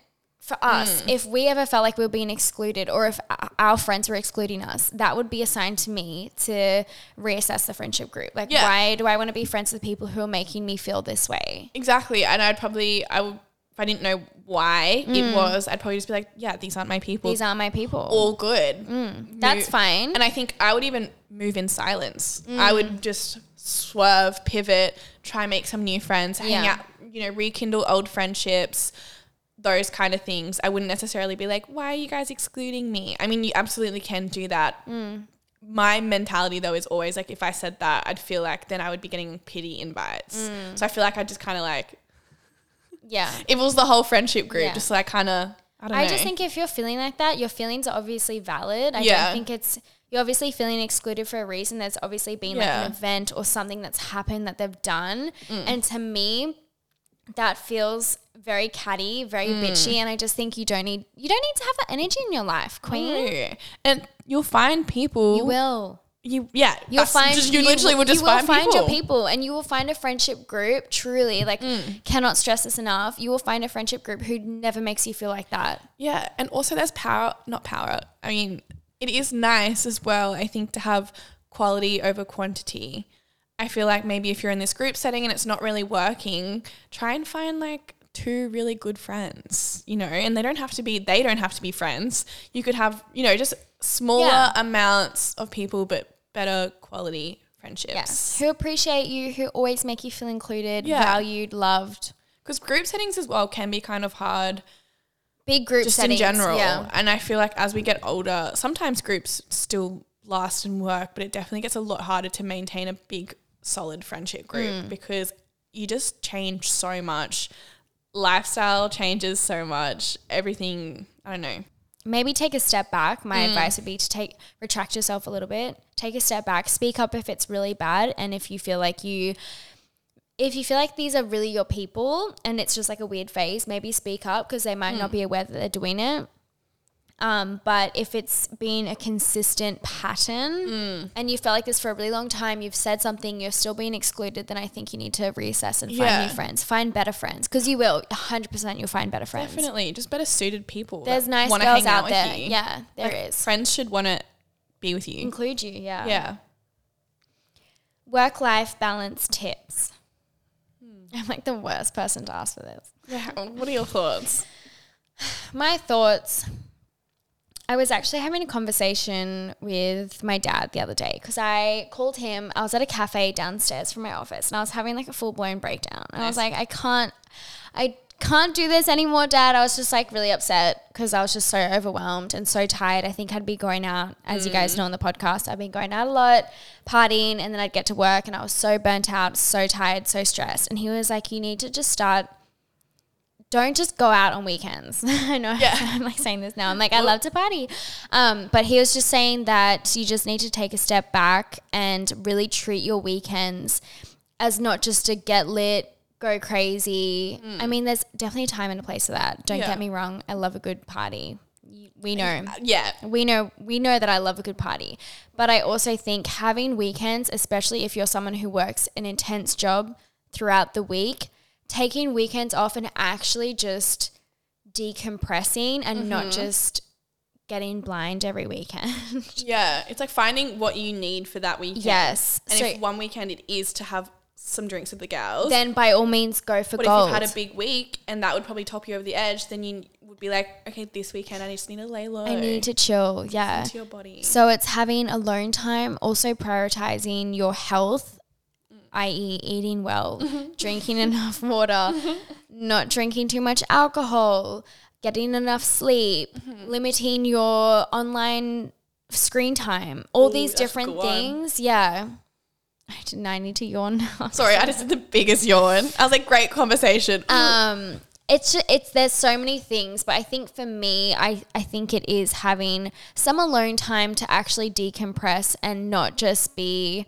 for us, Hmm. if we ever felt like we were being excluded or if o- our friends were excluding us, that would be a sign to me to reassess the friendship group. Like, Yeah. why do I want to be friends with people who are making me feel this way? Exactly. And I'd probably, I would, if I didn't know why it was, I'd probably just be like, yeah, these aren't my people. Mm. These are my people. all good. That's fine. Mm. And I think I would even move in silence. I would just swerve, pivot, try make some new friends, hang Yeah. out, you know, rekindle old friendships, those kind of things. I wouldn't necessarily be like, why are you guys excluding me? I mean, you absolutely can do that. Mm. My mentality though is always like if I said that, I'd feel like then I would be getting pity invites. Mm. So I feel like I just kind of like yeah. it was the whole friendship group, Yeah. just like kind of I don't I know. just think if you're feeling like that, your feelings are obviously valid. I Yeah. don't think it's you're obviously feeling excluded for a reason. There's obviously been Yeah. Mm. like an event or something that's happened that they've done. And to me, that feels very catty, very Mm. bitchy, and I just think you don't need you don't need to have that energy in your life, queen. True. And you'll find people You will. You yeah, You'll that's find just- you, literally will just you find, people. your people, and you will find a friendship group. Truly, like Mm. cannot stress this enough. You will find a friendship group who never makes you feel like that. Yeah, and also there's power, not power. I mean, it is nice as well. I think to have quality over quantity. I feel like maybe if you're in this group setting and it's not really working, try and find like two really good friends, you know, and they don't have to be they don't have to be friends. You could have, you know, just smaller Yeah. amounts of people but better quality friendships. Yes. Who appreciate you, who always make you feel included, Yeah. valued, loved. Because group settings as well can be kind of hard. Big group just settings. in general. Yeah. And I feel like as we get older, sometimes groups still last and work, but it definitely gets a lot harder to maintain a big, solid friendship group Mm. because you just change so much. Lifestyle changes so much. Everything, I don't know. Maybe take a step back. My advice would be to take retract yourself a little bit. Take a step back. Speak up if it's really bad and if you feel like you if you feel like these are really your people and it's just like a weird phase, maybe speak up because they might not be aware that they're doing it. Um, but if it's been a consistent pattern and you felt like this for a really long time, you've said something, you're still being excluded, then I think you need to reassess and find Yeah. new friends, find better friends because you will 100% you'll find better friends. Definitely, just better suited people. There's that nice wanna girls hang out with there. you. Yeah, there is. Friends should want to be with you. Include you, yeah. Yeah. Work life balance tips. Hmm. I'm like the worst person to ask for this. Yeah. What are your thoughts? my thoughts i was actually having a conversation with my dad the other day because i called him i was at a cafe downstairs from my office and i was having like a full-blown breakdown and i was like i can't i can't do this anymore dad i was just like really upset because i was just so overwhelmed and so tired i think i'd be going out as you guys know on the podcast i've been going out a lot partying and then i'd get to work and i was so burnt out so tired so stressed and he was like you need to just start don't just go out on weekends. I know I'm like saying this now. I'm like, I love to party. Um, but he was just saying that you just need to take a step back and really treat your weekends as not just to get lit, go crazy. I mean, there's definitely a time and a place for that. Don't Yeah. get me wrong. I love a good party. Y- We know. Yeah. We know we know that I love a good party, but I also think having weekends, especially if you're someone who works an intense job throughout the week, taking weekends off and actually just decompressing and not Mm-hmm. just getting blind every weekend. Yeah. It's like finding what you need for that weekend. yes. And so if one weekend it is to have some drinks with the girls, then by all means go for but gold. if you've had a big week and that would probably top you over the edge, then you would be like, okay, this weekend I just need to lay low I need to chill. Yeah. to your body. So it's having alone time, also prioritizing your health, Mm. i.e., eating well, drinking enough water, not drinking too much alcohol, getting enough sleep, Mm-hmm. limiting your online screen time, all these that's a different good one. things. Yeah. I did I need to yawn now. Sorry, I just did the biggest yawn. I was like, great conversation. um it's ju- it's there's so many things but i think for me i i think it is having some alone time to actually decompress and not just be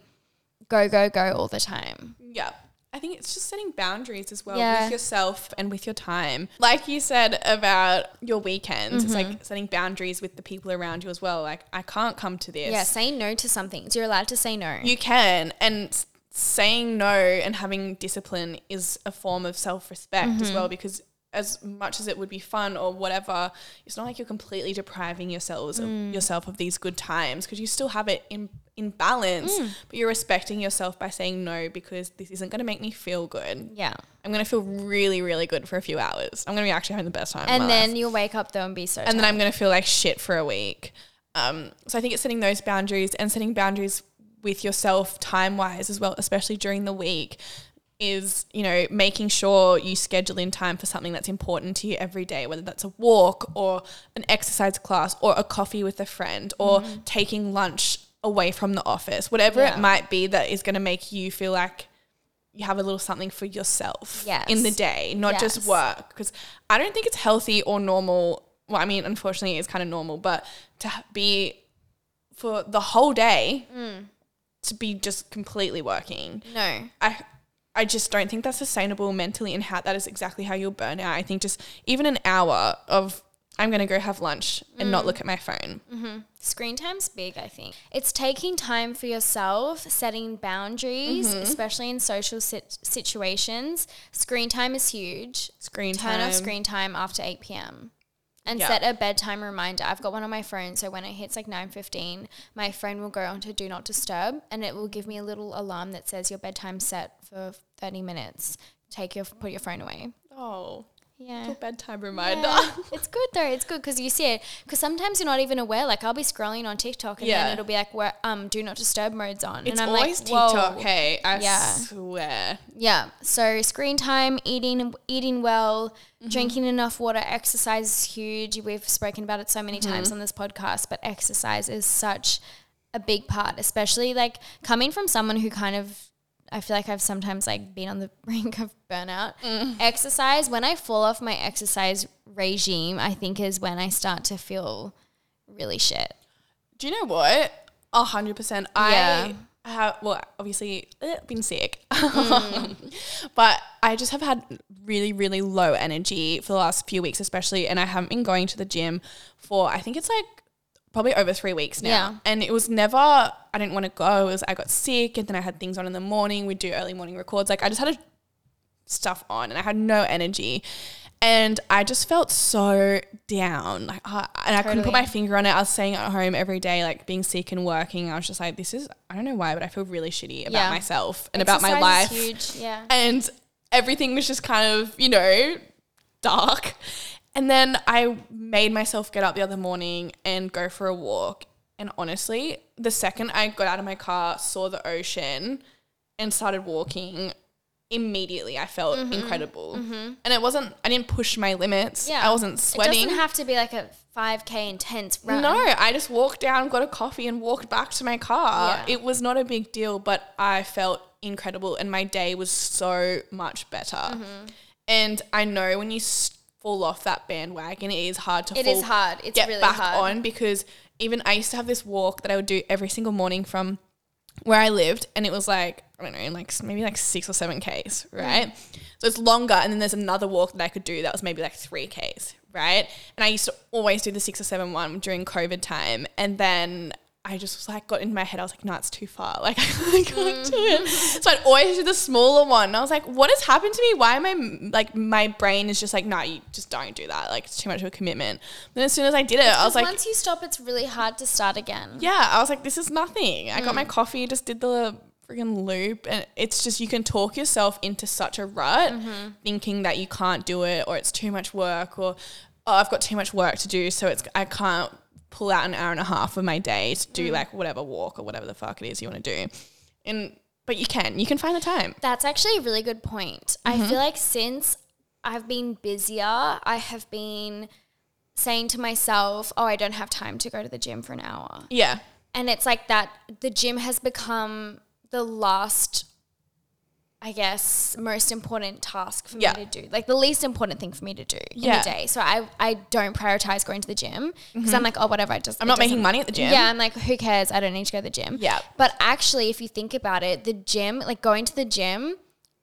go go go all the time Mm. yeah. I think it's just setting boundaries as well Yeah. with yourself and with your time. Like you said about your weekends, it's Mm-hmm. like setting boundaries with the people around you as well. Like, I can't come to this. yeah say no to some things you're allowed to say no You can. And s- saying no and having discipline is a form of self respect Mm-hmm. as well, because as much as it would be fun or whatever, it's not like you're completely depriving yourselves Mm. of yourself of these good times because you still have it in in balance, Mm. but you're respecting yourself by saying no because this isn't going to make me feel good. yeah I'm going to feel really, really good for a few hours. I'm going to be actually having the best time. of my and life then you'll wake up though and be so and tired. then I'm going to feel like shit for a week. Um, so I think it's setting those boundaries and setting boundaries with yourself time wise as well, especially during the week, is, you know, making sure you schedule in time for something that's important to you every day, whether that's a walk or an exercise class or a coffee with a friend or taking lunch away from the office, whatever Mm. Yeah. it might be that is going to make you feel like you have a little something for yourself Yes. in the day, not Yes. just work. Because I don't think it's healthy or normal. Well, I mean, unfortunately, it's kind of normal, but to ha- be for the whole day Mm. to be just completely working, no I. I just don't think that's sustainable mentally, and how that is exactly how you'll burn out. I think just even an hour of I'm gonna go have lunch and not Mm. look at my phone. Screen time's big, I think. It's taking time for yourself, setting boundaries, Mm-hmm. especially in social sit- situations. Screen time is huge. Screen Turn time. off screen time after 8 p.m. And Yeah. set a bedtime reminder. I've got one on my phone, so when it hits like 9.15, my phone will go on to do not disturb, and it will give me a little alarm that says your bedtime's set for 30 minutes. Take your, put your phone away. Oh, Yeah. little bedtime reminder. Yeah. it's good though. It's good because you see it. Because sometimes you're not even aware. Like I'll be scrolling on TikTok and Yeah. then it'll be like, "Where um, do not disturb mode's on." It's and I'm always like, "Whoa." TikTok. Hey, I Yeah. swear. Yeah. So screen time, eating, eating well, Mm-hmm. drinking enough water, exercise is huge. We've spoken about it so many Mm-hmm. times on this podcast, but exercise is such a big part, especially like coming from someone who kind of. I feel like I've sometimes like been on the brink of burnout. Mm. Exercise, when I fall off my exercise regime, I think is when I start to feel really shit. Do you know what? A hundred percent. Yeah. I have well, obviously eh, been sick, Mm. but I just have had really, really low energy for the last few weeks, especially, and I haven't been going to the gym for I think it's like probably over three weeks now. Yeah. And it was never I didn't want to go. It was I got sick, and then I had things on in the morning. We do early morning records. Like I just had a stuff on and I had no energy. And I just felt so down. Like, I and I couldn't put Totally. my finger on it. I was staying at home every day, like being sick and working. I was just like, this is, I don't know why, but I feel really shitty about Yeah. myself and about my Exercise life. is huge. Yeah. And everything was just kind of, you know, dark. And then I made myself get up the other morning and go for a walk. And honestly, the second I got out of my car, saw the ocean, and started walking, immediately I felt Mm-hmm. incredible. And it wasn't, I didn't push my limits. Yeah. I wasn't It sweating. doesn't have to be like a 5K intense run. No, I just walked down, got a coffee, and walked back to my car. Yeah. It was not a big Mm-hmm. deal, but I felt incredible, and my day was so much better. And I know when you s- fall off that bandwagon, it is hard to It fall, is hard. It's get really back hard. on because even I used to have this walk that I would do every single morning from where I lived, and it was like I don't know, like s- maybe like six or seven k's, right? So it's longer, and then there's another walk that I could do that was maybe like three k's, right? And I used to always do the six or seven one during COVID time, and then I just was like got into my head. I was like, no, it's too far. Like I can't do it. So I'd always do the smaller one. And I was like, what has happened to me? Why am I like my brain is just like, no, you just don't do that. Like it's too much of a commitment. Then as soon as I did it, I was Because like, once you stop, it's really hard to start again. yeah, I was like, this is nothing. I got Hmm. my coffee, just did the friggin' loop, and it's just you can talk yourself into such a rut, Mm-hmm. thinking that you can't do it, or it's too much work, or oh, I've got too much work to do, so it's I can't pull out an hour and a half of my day to Mm. do like whatever walk or whatever the fuck it is you want to do, and but you can, you can find the time. That's actually a really good point. Mm-hmm. I feel like since I've been busier, I have been saying to myself, oh, I don't have time to go to the gym for an hour. Yeah, and it's like that the gym has become the last I guess most important task for Yeah. me to do, like the least important thing for me to do in Yeah. Mm-hmm. the day. So I, I don't prioritize going to the gym because I'm like, oh, whatever. I just it I'm not doesn't- making money at the gym. Yeah, I'm like, who cares? I don't need to go to the gym. Yeah. But actually, if you think about it, the gym, like going to the gym,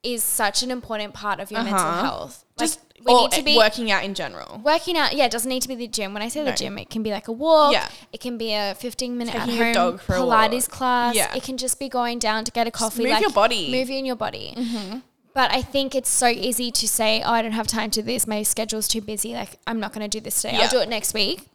is such an important part of your mental health. Like, Uh-huh. just or working out in general. working out, yeah, it doesn't need to be the gym. When I say the No. gym, it can be like a walk. Yeah. It can be a 15 minute Taking at your home dog for a Pilates walk. class. Yeah. It can just be going down to get a coffee. move like, your body. Mm-hmm. Moving your body. But I think it's so easy to say, oh, I don't have time to do this. My schedule's too busy. Like, I'm not going to do this today. Yeah. I'll do it next week.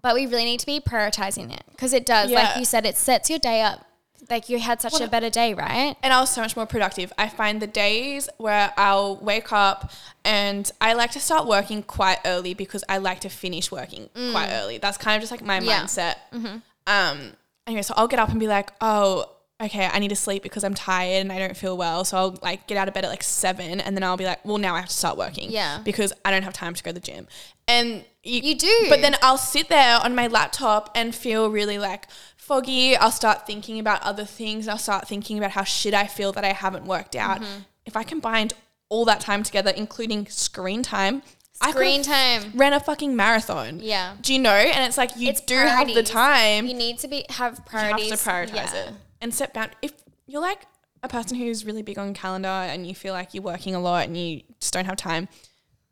But we really need to be prioritizing it because it does. Yeah. Like you said, it sets your day up. Like you had such a better day, right? and I was so much more productive. I find the days where I'll wake up and I like to start working quite early because I like to finish working quite early. That's kind of just like my Mm. Yeah. Mm-hmm. mindset. Um, anyway, so I'll get up and be like, oh, okay, I need to sleep because I'm tired and I don't feel well. So I'll like get out of bed at like seven and then I'll be like, well, now I have to start working. Yeah. Because I don't have time to go to the gym. And You do. But then I'll sit there on my laptop and feel really like foggy. I'll start thinking about other things. I'll start thinking about how shit I feel that I haven't worked out. Mm-hmm. If I combined all that time together, including screen time, I could Screen have time. ran a fucking marathon. Yeah. Do you know? And it's like you It's do have the priorities. time. You need to be have You priorities. have to prioritize Yeah. it and set bound. If you're like a person who's really big on calendar and you feel like you're working a lot and you just don't have time,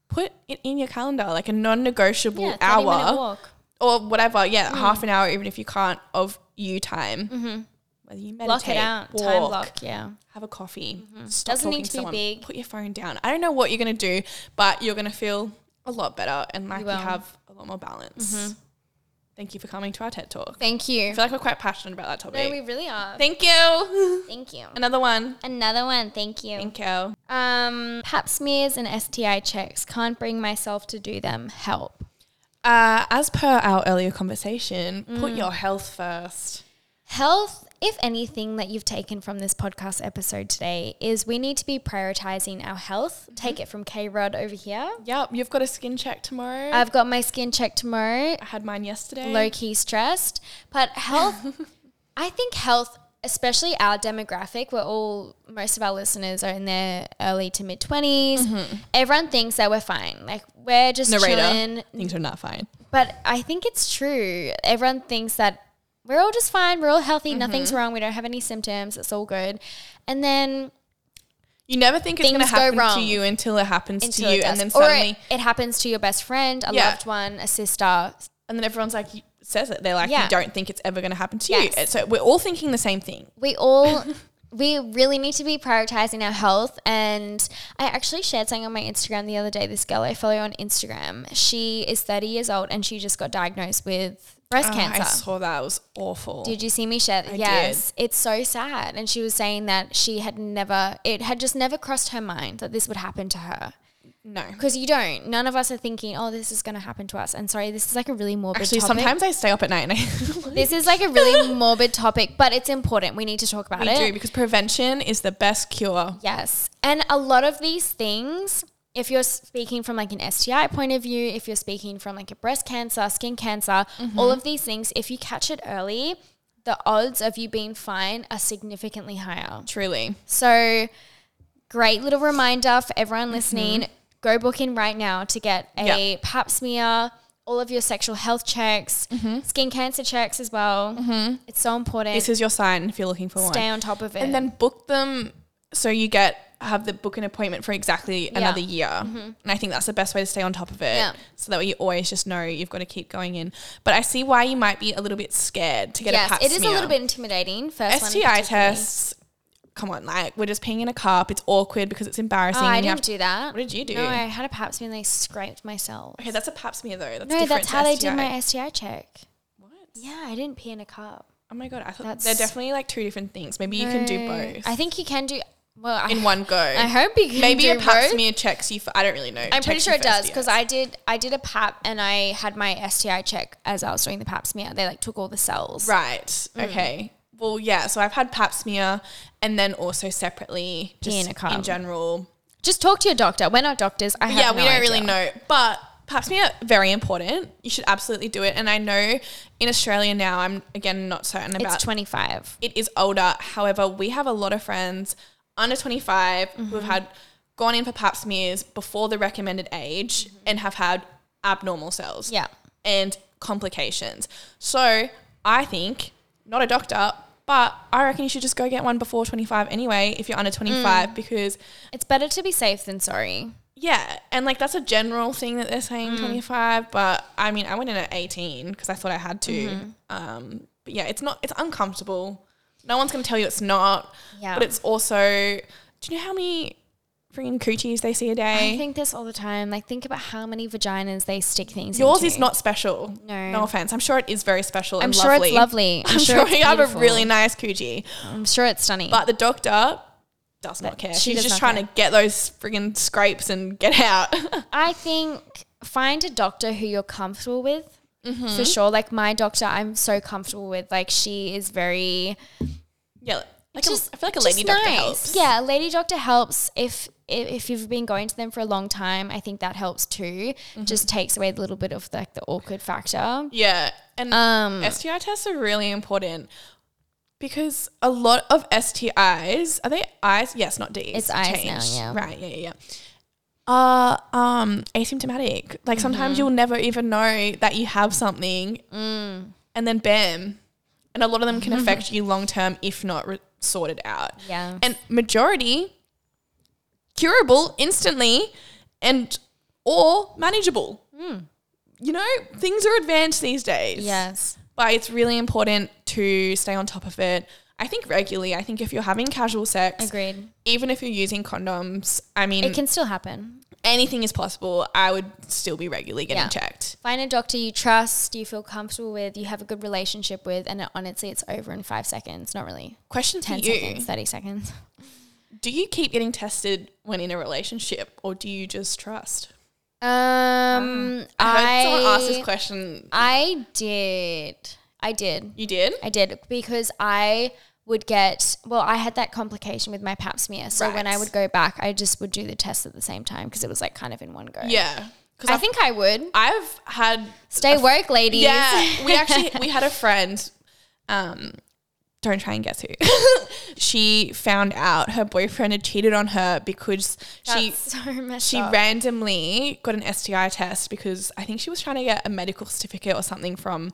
put it in your calendar like a non-negotiable Yeah, 30 minute hour walk. Mm. or whatever. Yeah, half an hour, even if you can't, of you time. Whether you meditate, Mm-hmm. Block it out. walk, Time block. Yeah. have a coffee. Stop Doesn't need talking to be big. Put your phone down. I don't know what you're gonna do, but you're gonna feel a lot better and like you, will. Mm-hmm. have a lot more balance. Thank you for coming to our TED talk. Thank you. I feel like we're quite passionate about that topic. No, we really are. Thank you. Thank you. Another one. Another one. Thank you. Thank you. Um, pap smears and STI checks. Can't bring myself to do them. Help. Uh, as per our earlier conversation, Mm. put your health first. Health, if anything, that you've taken from this podcast episode today is we need to be prioritizing our health. Take it from K Rod over here. Yep, you've got a skin check tomorrow. I've got my skin check tomorrow. I had mine yesterday. low key stressed. But health, I think health, especially our demographic, we're all, most of our listeners are in their early to mid 20s. Everyone thinks that we're fine. Like we're just Mm-hmm. Narrator. chilling. Things are not fine. But I think it's true. Everyone thinks that we're all just fine. We're all healthy. Mm-hmm. Nothing's wrong. We don't have any symptoms. It's all good. And then You never think it's Things going to go happen to wrong. you until it happens until to it you, does. and then Or it- suddenly, it, happens to your best friend, a Yeah. loved one, a sister. and then everyone's like, y- says it. They're like, Yeah. you don't think it's ever going to happen to Yes. you. So we're all thinking the same thing. we all we really need to be prioritizing our health and i actually shared something on my instagram the other day this girl i follow on instagram she is 30 years old and she just got diagnosed with breast Oh, cancer I saw that. It was awful. did you see me share that? Yes. It's so sad. And she was saying that she had never, it had just never crossed her mind that this would happen to her. no. Because you don't. None of us are thinking, oh, this is going to happen to us. And sorry, this is like a really morbid Actually, topic. sometimes I stay up at night and I this is like a really morbid topic, but it's important. We need to talk about We it. do because prevention is the best cure. Yes. And a lot of these things, if you're speaking from like an STI point of view, if you're speaking from like a breast cancer, skin cancer, Mm-hmm. all of these things, if you catch it early, the odds of you being fine are significantly higher. Truly. So great little reminder for Mm-hmm. everyone listening. Go book in right now to get a pap smear, all of your sexual health checks, skin cancer checks as well. It's so important. Mm-hmm. This is your sign if you're looking for one. Stay on top of it. and then book them so you get have the book an appointment for exactly another year and i think that's the best way to stay on top of it Mm-hmm. Yeah. so that way you always just know you've got to keep going in but i see why you might be a little bit scared to get a yes, pap it is a smear. little bit intimidating. First one in sti particular. tests come on like we're just peeing in a cup it's awkward because it's embarrassing Oh, I and you have didn't do that. What did you do? No, I had a pap smear and they scraped myself. okay that's a pap smear though that's no, different that's to how they STI. did my STI check. what? Yeah, I didn't pee in a cup. oh my god i thought That's- they're definitely like two different things maybe you can do No. both I think you can do well I, in one go I hope you can maybe do a pap both. smear checks you for i don't really know I'm pretty checks sure you it for does because STIs. I did I did a pap and I had my STI check as I was doing the pap smear. They like took all the cells. Right. Mm. Okay. Well, yeah. So I've had pap smear and then also separately just in a cup. in general. Just talk to your doctor. We're not doctors. I have yeah, we no don't idea. really know. But pap smear very important. You should absolutely do it. And I know in Australia now, I'm again not certain about It's 25. it is older. However, we have a lot of friends under 25 who Mm-hmm. have had gone in for pap smears before the recommended age and have had abnormal cells. Mm-hmm. Yeah. And complications. So I think, not a doctor, but I reckon you should just go get one before 25 anyway if you're Mm. under 25 because It's better to be safe than sorry. yeah, and like that's a general thing that they're Mm. saying 25, but I mean, I went in at 18 because I thought I had to. Mm-hmm. Um, but yeah, it's not, it's uncomfortable. No one's going to tell you it's not. Yeah. But it's also, do you know how many freaking coochies they see a day? I think this all the time. Like think about how many vaginas they stick things Yours into. is not special. No. No offense. I'm sure it is very special I'm and sure lovely. it's lovely. I'm, I'm sure, sure, it's you have a beautiful. really nice coochie. I'm sure it's stunning. But the doctor does not care. she She's does just not trying care. to get those friggin' scrapes and get out. I think find a doctor who you're comfortable with Mm-hmm. for sure. Like my doctor, I'm so comfortable with. Like she is very yeah. Like just. a, I feel like a just lady doctor nice. helps. Yeah, a lady doctor helps if. If if you've been going to them for a long time, I think that helps too. Mm-hmm. Just takes away a little bit of like the awkward factor. Yeah. And Um, STI tests are really important because a lot of STIs, are they I's? Yes, not D's. It's I's now, Changed. yeah. Right, yeah, yeah, yeah. Are um, asymptomatic. Like Mm-hmm. sometimes you'll never even know that you have something, Mm. and then bam. And a lot of them can affect you long term if not re- sorted out. Yeah. And majority curable instantly and or manageable. You know, things are advanced these days. Hmm. Yes. But it's really important to stay on top of it. I think regularly. I think if you're having casual sex, Agreed. even if you're using condoms, I mean, It can still happen. anything is possible. I would still be regularly getting Yeah. checked. Find a doctor you trust, you feel comfortable with, you have a good relationship with, and honestly, it's over in five seconds. Not really. Question 10 for you: seconds, 30 seconds. Do you keep getting tested when in a relationship, or do you just trust? Um, I I, heard someone ask this question. I did. I did. You did? I did because I would get, well, I had that complication with my pap smear. So when Right. I would go back, I just would do the test at the same time because it was like kind of in one go. Yeah, because I think I would. I've had Stay woke, ladies. Yeah, we actually we had a friend. Um, don't try and guess who. she found out her boyfriend had cheated on her because she That's so messed she up. randomly got an STI test because I think she was trying to get a medical certificate or something from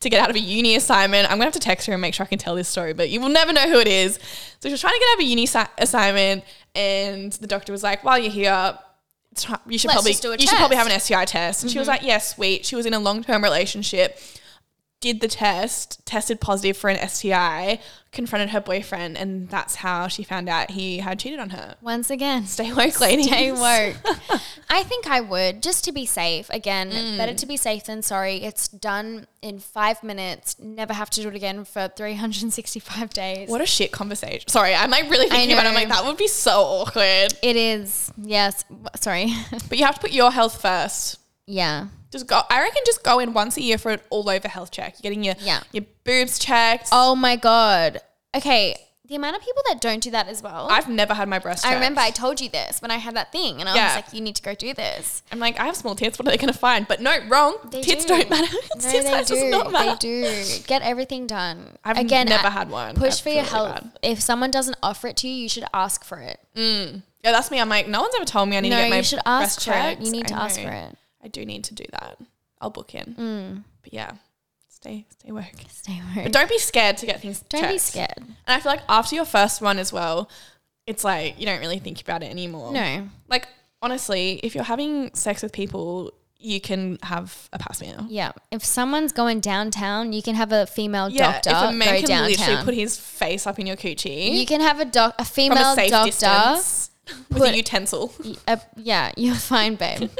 to get out of a uni assignment. I'm gonna have to text her and make sure I can tell this story, but you will never know who it is. So she was trying to get out of a uni assi- assignment, and the doctor was like, "While you're here." it's ti- You should Let's probably just do a you should probably test. Mm-hmm. have an STI test, and she was like, "Yes, sweet." She was in a long term relationship, did the test, tested positive for an STI, confronted her boyfriend, and that's how she found out he had cheated on her. Once again. Stay woke, ladies. Stay woke. I think I would just to be safe. Again, Mm. better to be safe than sorry. It's done in five minutes. Never have to do it again for 365 days. What a shit conversation. Sorry, I'm like really thinking about it. I'm know. like, that would be so awkward. It is. Yes. W- Sorry. But you have to put your health first. yeah. Just go I reckon just go in once a year for an all over health check. You're getting your Yeah. your boobs checked. Oh my God. Okay. The amount of people that don't do that as well. I, I've never had my breast checked. remember I told you this when I had that thing, and I Yeah. was like, you need to go do this. I'm like, I have small tits, what are they gonna find? But no, wrong. They tits do. do. not matter. No, tits they size does do. not They matter. do. Get everything done. I've Again, never I- had one. I Push for feel your really health. bad. If someone doesn't offer it to you, you should ask for it. Yeah, that's me. I'm like, no one's ever told me I need to No, get my you should ask breast for it. You checked. need to I ask know. for it. I do need to do that. I'll book in. Mm. But yeah, stay stay work. Stay But woke. don't be scared to get things Don't be checked. scared. And I feel like after your first one as well, it's like you don't really think about it anymore. No. Like honestly, if you're having sex with people, you can have a pass meal. Yeah. If someone's going downtown, you can have a female doctor if a man go can literally downtown. put his face up in your coochie you can have a doc, a from female a safe doctor. distance with put- a utensil. Y- uh, yeah, you're fine, babe.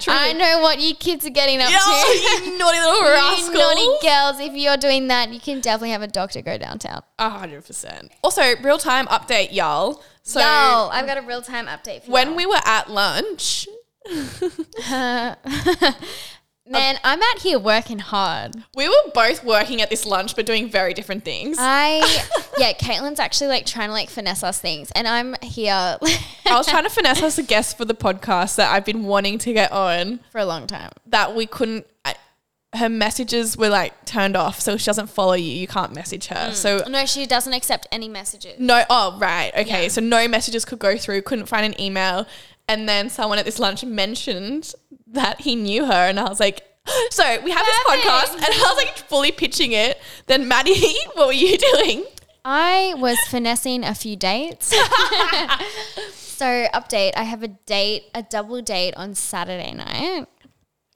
True. I know what you kids are getting up to. Oh, you naughty little You rascal. naughty girls, if you're doing that, you can definitely have a doctor go downtown. A hundred percent. Also, real time update, y'all. So Yo, I've got a real time update for you. when we were at lunch, Man, I'm out here working hard. we were both working at this lunch but doing very different things. I, yeah, Caitlin's actually like trying to like finesse us things, and I'm here I was trying to finesse us a guest for the podcast that I've been wanting to get on for a long time. that we couldn't. I, her messages were like turned off, so she doesn't follow you. You can't message her. Hmm. So No, she doesn't accept any messages. no. Oh right. Okay. So no messages could go through. Couldn't find an email. And then someone at this lunch mentioned that he knew her, and I was like. So we Perfect. have this podcast, and I was like fully pitching it. Then Maddie, what were you doing? I was finessing a few dates. so, update I have a date, a double date on Saturday night,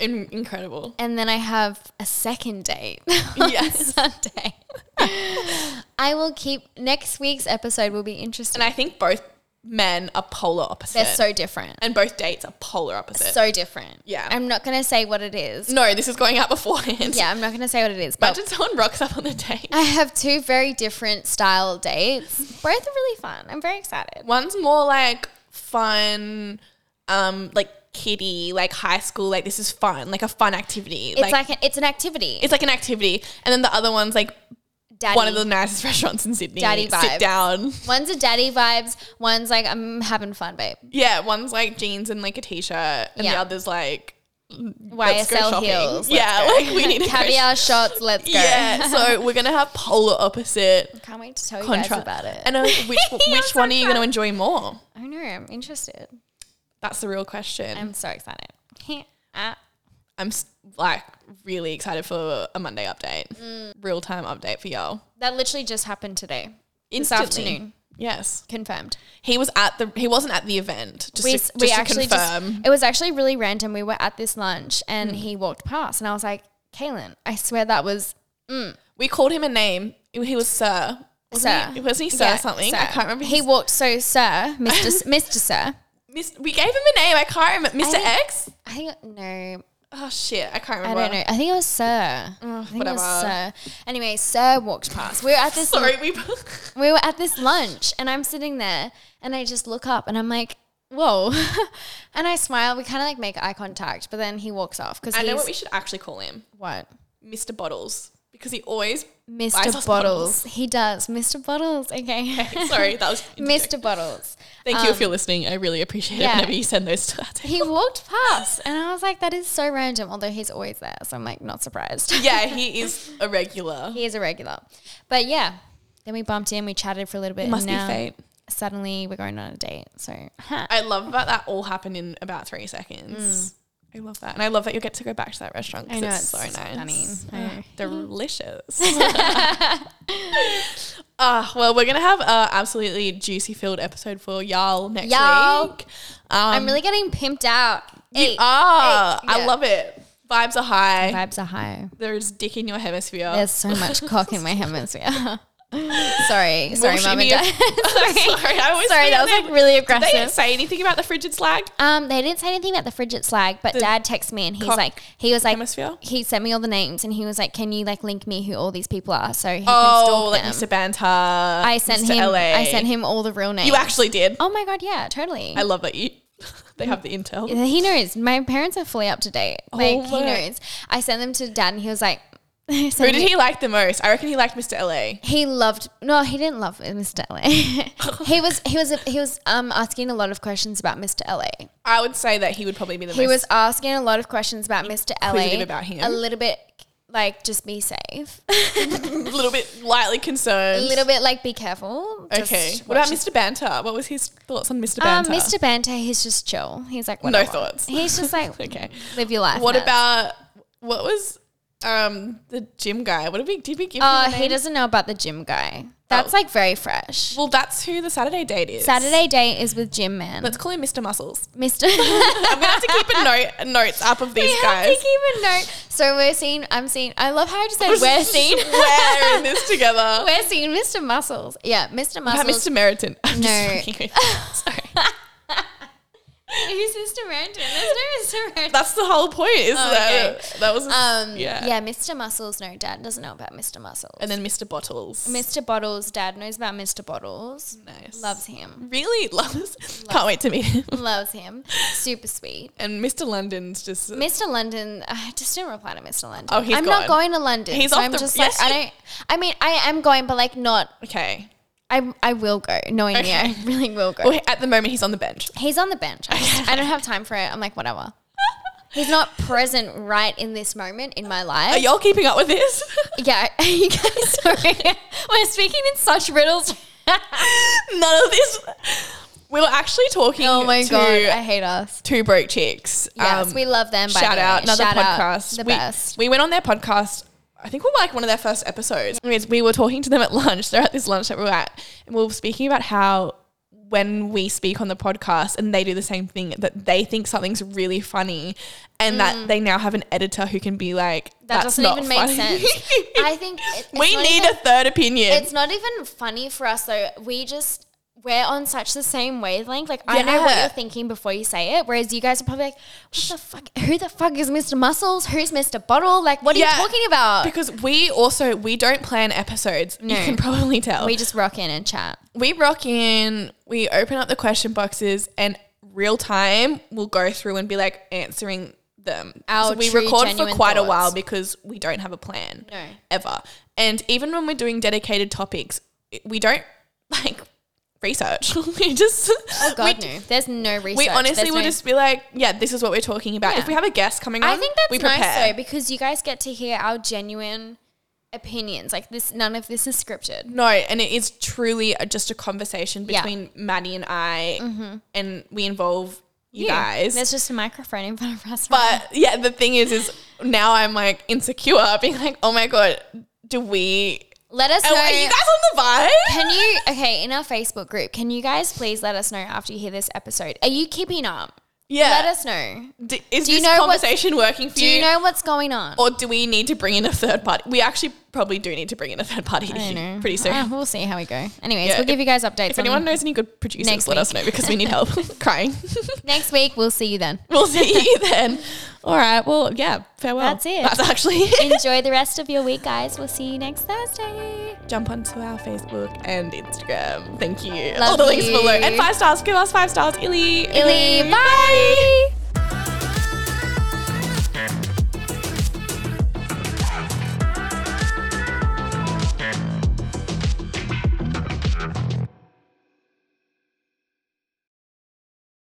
In- incredible. and then I have a second date on Yes. Sunday. I will keep next week's episode will be interesting. And I think both men are polar opposite, They're so different. and both dates are polar opposite. So different. Yeah. I'm not going to say what it is. no, this is going out beforehand. Yeah, I'm not going to say what it is, Mm. but Imagine someone rocks up on the date. I have two very different style dates. Both are really fun. I'm very excited. One's more like fun, um, like kiddie, like high school, like this is fun, like a fun activity. It's like, an, it's an activity. it's like an activity. And then the other one's like Daddy. one of the nicest restaurants in Sydney. Daddy vibes. Sit down. One's a daddy vibes. One's like I'm having fun, babe. Yeah, one's like jeans and like a t shirt, and the Yeah. other's like let's go YSL shopping. heels. yeah, like we need to go Caviar shots. Let's go. Yeah, so we're gonna have polar opposite Can't wait to tell you guys contrast about it. And uh, which I'm which so one are you gonna enjoy more? I know. I'm interested. That's the real question. I'm, I'm so excited. Ah. s- like really excited for a Monday update, Mm. real time update for y'all. that literally just happened today. This Instantly. afternoon. Yes, Confirmed. he was at the he wasn't at the event. Just We, to, s- just we to actually just, confirm. Hmm. it was actually really random. We were at this lunch and he walked past and I was like, Kaylin, I swear that was we called him a name. He was Sir. Wasn't Sir. He, wasn't he Sir Yeah, something? Sir. I can't remember. He His, walked so Sir, Mr. S- Mr. Sir. Mis- we gave him a name. I can't remember. Mr. think- X. I think no, Oh shit! I can't I remember. don't know. I think it was Sir. I think it was Sir. whatever. Anyway, Sir walked past. We were at this Sorry, we. we were at this lunch and I'm sitting there and I just look up and I'm like, whoa. and I smile. We kind of like make eye contact, but then he walks off because I he's know what we should actually call him. what? Mr. Bottles because he always. Mr. Buys us Bottles. He does. Mr. Bottles. Okay. Sorry, that was Mr. Bottles. Thank you if you're listening. I really appreciate um, yeah. it whenever you send those to our team. He walked past and I was like, that is so random, although he's always there. So I'm like, not surprised. Yeah, he is a regular. he is a regular. But yeah, then we bumped in, we chatted for a little bit. Must and be now fate. Suddenly we're going on a date. So huh. I love that that all happened in about three seconds. I love that, and I love that you'll get to go back to that restaurant. 'cause Mm. I know, it's, so it's nice, stunning. Mm-hmm. I know. delicious. Ah, well, we're gonna have a absolutely juicy filled episode for y'all next Y'all. week. Um, I'm really getting pimped out. you Eight. are. Eight, yeah. I love it. Vibes are high. Vibes are high. There's dick in your hemisphere. There's so much cock in my hemisphere. sorry. Sorry, she mum and be- dad. sorry. Sorry, I always Sorry, feel that was that- like really They didn't aggressive. say anything about the frigid slag. Um, they didn't say anything about the frigid slag, but dad texted me and he's cock like, he was like, hemisphere? he sent me all the names and he was like, can you like link me who all these people are so he Oh, like can Mr. stalk them. Banta. I sent Mr. him, LA. I sent him all the real names. You actually did. oh my god, yeah, totally. I love that you. They have the intel. he knows. My parents are fully up to date. Like he my- knows. I sent them to dad and he was like, Who Who did he like the most? I reckon he liked Mr. LA. He loved no, he didn't love Mr. LA. he was he was he was um asking a lot of questions about Mr. LA. I would say that he would probably be the He most. was asking a lot of questions about Mr. LA. Inquisitive about him. A little bit like just be safe. A little bit lightly A concerned. little bit like be careful. Just okay. What watch about Mr. Banter? What was his thoughts on Mr. Um, Banter? Mr. Banter, he's just chill. He's like, No whatever. thoughts. He's just like, Okay. live your life. What man. about what was um the gym guy? What did we did we give? Oh, him Oh. a he name? doesn't know about the gym guy. That's like very fresh. Well, that's who the Saturday date is. Saturday date is with Jim Man. Let's call him Mr. Muscles. Mr. I'm gonna have to keep a note notes up of these We have to guys. keep a note. So we're seeing. I'm seeing. I love how I just said we're seeing. We're in this together. we're seeing Mr. Muscles. Yeah, Mr. How about Muscles. Mr. Meriton. I'm No. just fucking with you. Sorry. Who's Mr. Ranton? There's no Mr. Ranton. That's the whole point, isn't Oh, it? That was Um, yeah. yeah. Mr. Muscles. No, Dad doesn't know about Mr. Muscles. And then Mr. Bottles. Mr. Bottles. Dad knows about Mr. Bottles. Nice. Loves him. Really loves. Can't wait to meet him. Loves him. Super sweet. And Mr. London's just Mr. London, I just didn't reply to Mr. London. Oh, he's I'm not gone. going to London. He's He's so off I'm the- just yes, like I he- don't. I mean, I am going, but like not. okay. I I will go, knowing me, Okay. I really will go. Well, he- at the moment he's on the bench. He's on the bench. I, just- I don't have time for it. I'm like whatever. He's not present right in this moment in my Are life. y'all keeping up with this? yeah, you guys. Sorry, we're speaking in such riddles. None of this. We were actually talking. oh my to god, I hate us. Two broke chicks. Yes, Um, we love them. By shout the way. out another Shout out, podcast. the we, best. We went on their podcast. I think we were like one of their first episodes. Anyways, we were talking to them at lunch. They're at this lunch that we were at, and we were speaking about how when we speak on the podcast and they do the same thing that they think something's really funny, and that they now have an editor who can be like, Mm. That "That's doesn't not even make funny." sense. I think it- it's we not need even- a third opinion. it's not even funny for us though. We just we're on such the same wavelength. Like I know what Yeah. you're thinking before you say it, whereas you guys are probably like, "What the fuck? Who the fuck is Mr. Muscles? Who's Mr. Bottle? Like, what are Yeah. you talking about?" because we also we don't plan episodes. You No. can probably tell. we just rock in and chat. we rock in, we open up the question boxes, and real time we'll go through and be like answering them. Our we true, record for genuine quite a thoughts. while because we don't have a plan. No. Ever. And even when we're doing dedicated topics, it- we don't like research. we just Oh God we, no, there's no research. we honestly There's will no- just be like, yeah, this is what we're talking about. Yeah. If we have a guest coming on, I think that's we prepare. nice though because you guys get to hear our genuine opinions. Like this, none of this is scripted. No, and it is truly a, just a conversation Yeah. Mm-hmm. between Maddie and I, and we involve you, Yeah. guys. there's just a microphone in front of us. right but Uh, yeah, the thing is, is now I'm like insecure, being like, oh my god, do we? let us Oh, know. are you guys on the vibe? Can you okay in our Facebook group? Can you guys please let us know after you hear this episode? Are you keeping up? yeah. Let us know. D- is do you this know what's- conversation working for Do you? you know what's going on? or do we need to bring in a third party? We actually probably do need to bring in a third party I don't know. pretty soon. Ah, we'll see how we go. Anyways, Yeah, we'll give if- you guys updates. if anyone on knows any good producers, Next let us week. know because we need help. Crying. next week, we'll see you then. we'll see you then. All right. Well, yeah. Farewell. That's it. That's actually it. Enjoy the rest of your week, guys. We'll see you next Thursday. jump onto our Facebook and Instagram. Thank you. Love All the links you. below. And five stars. Give us five stars. Illy. Illy, bye.